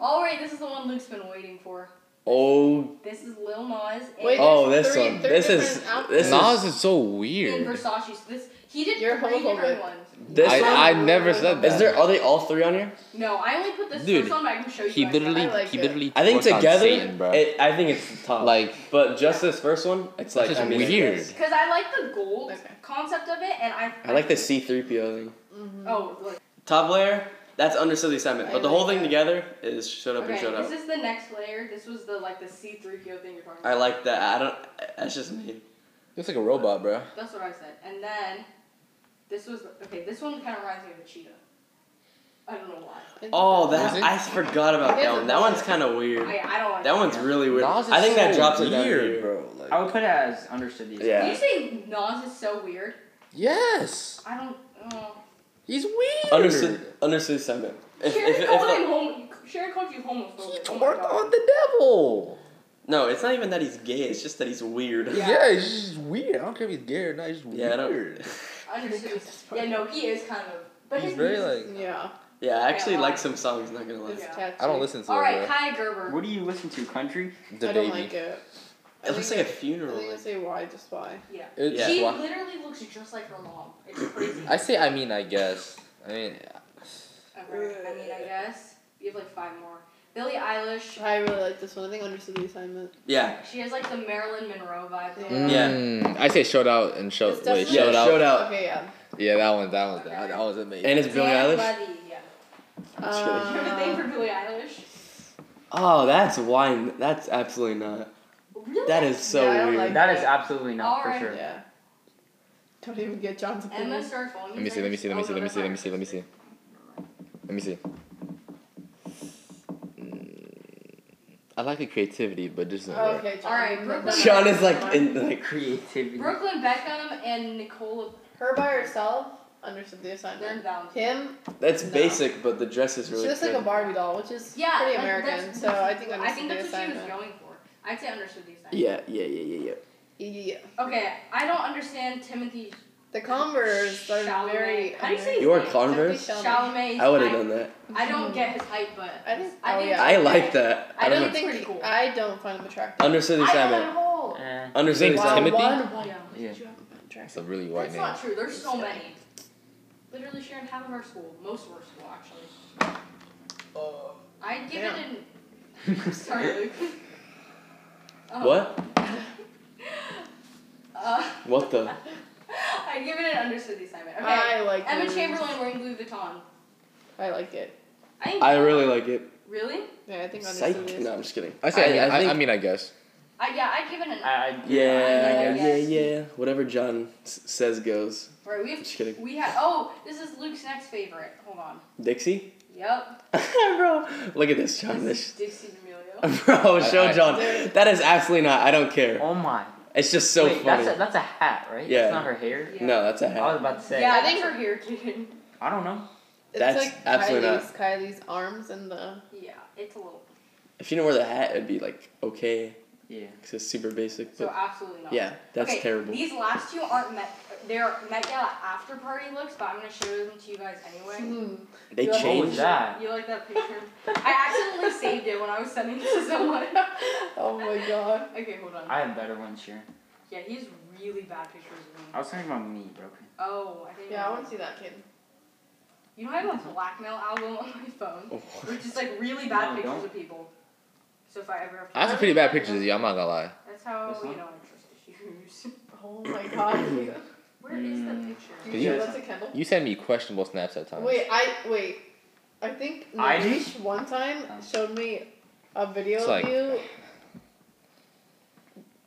Speaker 1: All right, this is the one Luke's been waiting for.
Speaker 4: Oh,
Speaker 1: This is Lil Nas and,
Speaker 2: Wait,
Speaker 4: oh,
Speaker 2: There's
Speaker 4: this
Speaker 2: three-
Speaker 4: one.
Speaker 2: three
Speaker 4: This is
Speaker 2: different outfits.
Speaker 4: this is
Speaker 3: Nas is so
Speaker 1: and
Speaker 3: weird.
Speaker 1: Versace. This he did
Speaker 2: You're
Speaker 1: three
Speaker 2: homophobic.
Speaker 1: different ones.
Speaker 4: this
Speaker 3: I,
Speaker 4: one.
Speaker 3: I never said that.
Speaker 4: Is there? Are they all three on here?
Speaker 1: No, I only put this
Speaker 3: Dude,
Speaker 1: first one, but I can show you.
Speaker 3: He
Speaker 1: guys
Speaker 3: literally,
Speaker 2: I like
Speaker 3: he
Speaker 2: it.
Speaker 3: literally.
Speaker 4: I think
Speaker 3: worked on
Speaker 4: together.
Speaker 3: Satan, bro.
Speaker 4: It, I think it's the top.
Speaker 3: like,
Speaker 4: but just this first one, it's like
Speaker 3: That's just
Speaker 4: I mean, I
Speaker 3: weird.
Speaker 4: guess.
Speaker 1: because I like the gold
Speaker 2: Okay.
Speaker 1: concept of it, and I.
Speaker 4: I like the C three PO thing.
Speaker 1: Oh, look.
Speaker 4: Top layer. That's under silly assignment,
Speaker 2: I
Speaker 4: but the
Speaker 2: like
Speaker 4: whole thing
Speaker 2: that.
Speaker 4: together is showed up
Speaker 1: Okay,
Speaker 4: and showed
Speaker 1: this
Speaker 4: up.
Speaker 1: is the next layer. This was the like the C three PO thing you're talking
Speaker 4: I
Speaker 1: about.
Speaker 4: like that. I don't. That's just me.
Speaker 3: looks like a robot, bro.
Speaker 1: That's what I said. And then this was okay. This one kind of reminds me of a cheetah. I don't know why.
Speaker 4: Oh,
Speaker 3: Is
Speaker 4: that
Speaker 3: it?
Speaker 4: I forgot about that one. That one's kind of weird.
Speaker 1: I, I don't like
Speaker 4: That one's
Speaker 1: cheetah.
Speaker 4: really weird.
Speaker 3: Nas is
Speaker 4: I think that
Speaker 3: so
Speaker 4: drops it down
Speaker 3: weird,
Speaker 4: here.
Speaker 3: bro. Like,
Speaker 5: I would put it as understood these.
Speaker 4: Yeah.
Speaker 1: Did you say Nas is so weird?
Speaker 3: yes,
Speaker 1: I don't. Uh,
Speaker 3: he's weird.
Speaker 4: Understood. Understood Simon. If,
Speaker 1: Sharon
Speaker 4: if, if,
Speaker 1: called
Speaker 4: the-
Speaker 1: him homo. Sharon called you homophobic.
Speaker 3: He
Speaker 1: oh my
Speaker 3: twerked
Speaker 1: God.
Speaker 3: on the devil.
Speaker 4: no, it's not even that he's gay. It's just that he's weird.
Speaker 1: Yeah.
Speaker 3: Yeah, he's just weird. I don't care if he's gay or not. He's just
Speaker 4: Yeah, I don't-
Speaker 3: weird.
Speaker 1: I understood. yeah, no, he is kind of. But
Speaker 3: He's
Speaker 1: his
Speaker 3: very
Speaker 1: music-
Speaker 3: like.
Speaker 2: Yeah.
Speaker 4: Yeah, I actually
Speaker 1: Yeah.
Speaker 4: like some songs. Not gonna lie.
Speaker 1: Yeah.
Speaker 3: I don't listen to
Speaker 1: All right,
Speaker 3: it,
Speaker 1: Kaya Gerber.
Speaker 5: What do you listen to? Country?
Speaker 3: bro.
Speaker 2: I
Speaker 3: The
Speaker 2: don't
Speaker 3: baby.
Speaker 2: like it. I
Speaker 4: It looks like a
Speaker 2: think- I think I
Speaker 4: funeral.
Speaker 2: say why, just why.
Speaker 1: yeah.
Speaker 3: It's
Speaker 4: Yeah.
Speaker 1: She
Speaker 3: wha-
Speaker 1: literally looks just like her mom. It's crazy.
Speaker 3: I say I mean I guess. I mean
Speaker 1: Okay, I mean, I guess you have like five more. Billie Eilish.
Speaker 2: I really like this one. I think understood the assignment.
Speaker 4: Yeah.
Speaker 1: She has like the Marilyn Monroe vibe. to her.
Speaker 2: Yeah.
Speaker 3: Mm, I say showed out and show
Speaker 2: It's
Speaker 3: wait,
Speaker 2: definitely-
Speaker 3: showed
Speaker 4: Yeah.
Speaker 3: out.
Speaker 4: Showed out.
Speaker 2: Okay, yeah.
Speaker 3: Yeah, that one that one that, that was amazing.
Speaker 4: And it's Billie
Speaker 1: Dan
Speaker 4: Eilish.
Speaker 1: Levy, yeah. You have a thing
Speaker 2: Um,
Speaker 1: for Billie Eilish?
Speaker 4: Oh, that's wine. That's absolutely not.
Speaker 1: Really?
Speaker 4: That is so
Speaker 2: Yeah, I don't
Speaker 4: weird.
Speaker 2: like-
Speaker 5: That is absolutely not for
Speaker 1: Alright.
Speaker 5: sure.
Speaker 2: yeah. Don't even get John's
Speaker 1: Emma
Speaker 2: opinion.
Speaker 1: Starr Phone.
Speaker 3: let me see, let me see, let me see, let me see, let me see, let me see. Let me see. Mm, I like the creativity, but just doesn't
Speaker 1: Oh,
Speaker 3: work.
Speaker 2: Okay, John.
Speaker 1: Alright, Brooke Dunn.
Speaker 4: Sean is like in like
Speaker 5: Creativity.
Speaker 1: Brooklyn Beckham and Nicola
Speaker 2: Her by herself understood the assignment.
Speaker 1: learned that one.
Speaker 2: Him,
Speaker 4: that's
Speaker 2: No.
Speaker 4: basic, but the dress is really.
Speaker 2: she looks like
Speaker 4: good.
Speaker 2: a Barbie doll, which is
Speaker 1: Yeah,
Speaker 2: pretty
Speaker 1: like,
Speaker 2: American.
Speaker 1: that's-
Speaker 2: so I think
Speaker 1: I
Speaker 2: understood
Speaker 1: think
Speaker 2: the
Speaker 1: that's what she was
Speaker 2: assignment.
Speaker 1: going for. I'd say understood the assignment.
Speaker 4: Yeah, yeah, yeah, yeah, yeah.
Speaker 2: Yeah.
Speaker 1: Okay, I don't understand Timothy
Speaker 2: The Converse are
Speaker 1: Chalamet.
Speaker 2: very.
Speaker 1: How do you say
Speaker 2: American.
Speaker 4: You wore
Speaker 1: Timothy
Speaker 4: Converse?
Speaker 2: Chalamet.
Speaker 1: Chalamet's
Speaker 4: I would have
Speaker 1: hype.
Speaker 4: done that.
Speaker 1: I don't get his hype, but
Speaker 2: I think.
Speaker 1: I
Speaker 2: oh,
Speaker 1: think-
Speaker 2: yeah.
Speaker 4: I like that.
Speaker 1: I
Speaker 4: I don't
Speaker 1: don't
Speaker 4: know.
Speaker 1: think- pretty cool.
Speaker 2: I don't find him attractive.
Speaker 4: Understood the
Speaker 1: I don't
Speaker 4: assignment.
Speaker 1: know. Oh,
Speaker 5: Eh.
Speaker 4: Understood the
Speaker 3: Wow.
Speaker 4: assignment.
Speaker 3: Timothy?
Speaker 2: One, one.
Speaker 1: Yeah.
Speaker 5: Yeah.
Speaker 2: Did you have him
Speaker 3: It's
Speaker 2: attractive?
Speaker 3: a really white
Speaker 1: That's
Speaker 3: name.
Speaker 1: not true. There's so many. Literally, Sharon, half of our school, most of our school, actually. I'd give it an. I'm sorry, Luke. Um,
Speaker 4: What?
Speaker 1: Uh,
Speaker 4: What the?
Speaker 1: I'd give it an understood the assignment. Okay.
Speaker 2: I like.
Speaker 1: Emma
Speaker 2: these.
Speaker 1: Chamberlain wearing Louis Vuitton.
Speaker 2: I like it.
Speaker 1: I, think
Speaker 4: I really like it.
Speaker 1: Really?
Speaker 2: Yeah, I think understood the
Speaker 4: Psych. No, I'm just kidding.
Speaker 3: I say I,
Speaker 4: I,
Speaker 3: mean, I, I
Speaker 4: think-
Speaker 3: mean I guess.
Speaker 1: I, yeah, I'd give it an.
Speaker 5: I, I,
Speaker 4: Yeah,
Speaker 1: I
Speaker 4: yeah,
Speaker 1: guess.
Speaker 4: yeah. Whatever John s- says goes.
Speaker 1: right, we have.
Speaker 4: Just kidding.
Speaker 1: We have. Oh, this is Luke's next favorite. Hold on.
Speaker 4: Dixie.
Speaker 1: Yep.
Speaker 4: Bro, look at this, John.
Speaker 1: This is
Speaker 4: This.
Speaker 1: Dixie D'Amelio.
Speaker 4: Bro,
Speaker 3: I-
Speaker 4: show
Speaker 3: I-
Speaker 4: John.
Speaker 2: There-
Speaker 4: That is absolutely not. I don't care.
Speaker 5: Oh my.
Speaker 4: It's just so
Speaker 5: Wait,
Speaker 4: funny.
Speaker 5: that's a, that's a hat, right?
Speaker 4: Yeah.
Speaker 5: That's not her hair.
Speaker 1: Yeah.
Speaker 4: No, that's a
Speaker 5: I was
Speaker 4: hat.
Speaker 5: about to say.
Speaker 1: Yeah, I
Speaker 2: that's
Speaker 1: think her hair, dude.
Speaker 5: I don't know.
Speaker 2: It's
Speaker 4: That's
Speaker 2: like
Speaker 4: absolutely
Speaker 2: Kylie's, Kylie's arms and the.
Speaker 1: Yeah, it's a little.
Speaker 4: If you didn't wear the hat, it'd be like okay,
Speaker 5: Yeah.
Speaker 4: 'cause it's super basic.
Speaker 1: So
Speaker 4: But
Speaker 1: absolutely not.
Speaker 4: yeah, that's
Speaker 1: okay,
Speaker 4: terrible.
Speaker 1: These last two aren't Met. They're Met Gala after party looks, but I'm gonna show them to you guys anyway.
Speaker 2: Hmm.
Speaker 4: They
Speaker 1: you like-
Speaker 5: What was
Speaker 4: changed.
Speaker 5: that?
Speaker 1: You like that picture? I accidentally saved it when I was sending it to someone.
Speaker 2: Oh my god.
Speaker 1: okay, hold on.
Speaker 5: I have better ones, Sharon.
Speaker 1: Yeah, he has really bad pictures of
Speaker 5: I
Speaker 1: me.
Speaker 5: was talking about me, bro.
Speaker 1: Oh, I think.
Speaker 2: Yeah, I want to see that kid.
Speaker 1: You know, I have a blackmail album on my phone,
Speaker 4: Oh.
Speaker 1: which is like really bad
Speaker 5: No,
Speaker 1: pictures
Speaker 5: don't.
Speaker 1: of people. So if I ever have.
Speaker 3: I
Speaker 4: Ah.
Speaker 3: have some pretty bad pictures of you, I'm not gonna lie.
Speaker 1: That's how
Speaker 5: This
Speaker 1: you
Speaker 5: one?
Speaker 1: know I trust issues.
Speaker 2: Oh my god.
Speaker 1: Where is
Speaker 5: Mm.
Speaker 1: the
Speaker 2: Do
Speaker 1: picture?
Speaker 2: you
Speaker 4: you-
Speaker 2: know that's a Kendall?
Speaker 3: You send me questionable snaps at times.
Speaker 2: Wait, I wait. I think
Speaker 5: I do?
Speaker 2: Nash one time
Speaker 5: Oh.
Speaker 2: showed me a video
Speaker 3: It's
Speaker 2: of
Speaker 3: like-
Speaker 2: you.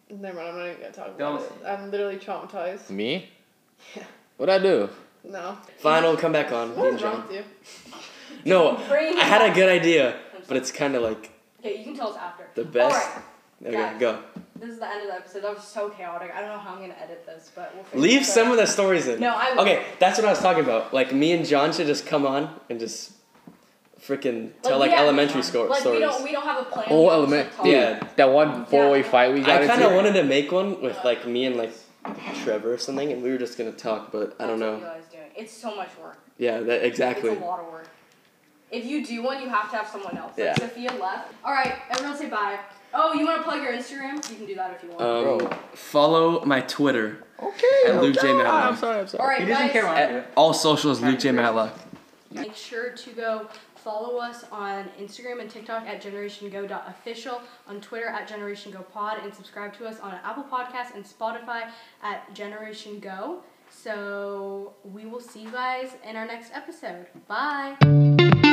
Speaker 2: Never mind. I'm not even gonna talk about
Speaker 5: Don't
Speaker 2: it.
Speaker 5: say it.
Speaker 2: I'm literally traumatized.
Speaker 3: Me?
Speaker 2: Yeah.
Speaker 3: What'd I do?
Speaker 2: No.
Speaker 4: Oh, Final, come back on.
Speaker 2: What
Speaker 4: me,
Speaker 2: is wrong
Speaker 4: John.
Speaker 2: with you?
Speaker 4: No,
Speaker 1: Brain
Speaker 4: I had a good idea,
Speaker 1: I'm
Speaker 4: but
Speaker 1: sorry.
Speaker 4: it's kind of like
Speaker 1: Okay, you can tell us after.
Speaker 4: the best.
Speaker 1: Alright,
Speaker 4: Okay, go.
Speaker 1: this is the end of the episode. That was so chaotic. I don't know how I'm gonna edit this, but we'll figure
Speaker 4: Leave
Speaker 1: it out.
Speaker 4: some of the stories in.
Speaker 1: No, I will.
Speaker 4: Okay, that's what I was talking about. Like me and John should just come on and just freaking tell
Speaker 1: Like,
Speaker 4: like
Speaker 1: yeah,
Speaker 4: elementary school
Speaker 1: Like we
Speaker 4: stories.
Speaker 1: don't we don't have a plan.
Speaker 3: Oh,
Speaker 1: We just
Speaker 3: element.
Speaker 1: talk.
Speaker 3: Dude,
Speaker 4: Yeah.
Speaker 3: that one four way fight we got
Speaker 4: I kind of
Speaker 3: into.
Speaker 4: wanted to make one with like me and like Trevor or something, and we were just gonna talk, but I
Speaker 1: That's what
Speaker 4: don't know.
Speaker 1: you guys doing. It's so much work.
Speaker 4: Yeah, that exactly.
Speaker 1: It's a lot of work. If you do one, you have to have someone else. Like
Speaker 4: Yeah.
Speaker 1: Sophia left. All right, everyone say bye. Oh, you want to plug your Instagram? You can do that if you want.
Speaker 4: Um,
Speaker 3: Bro.
Speaker 4: follow my Twitter
Speaker 3: Okay.
Speaker 4: At Luke J.
Speaker 3: okay.
Speaker 4: Mahalo.
Speaker 3: I'm sorry. I'm sorry.
Speaker 1: All right,
Speaker 5: He
Speaker 1: guys.
Speaker 5: doesn't care what I do.
Speaker 4: at all socials Luke J Matlock.
Speaker 1: Make sure to go follow us on Instagram and TikTok at generationgo.official, on Twitter at generationgopod, and subscribe to us on Apple Podcasts and Spotify at Generation Go. So we will see you guys in our next episode. Bye.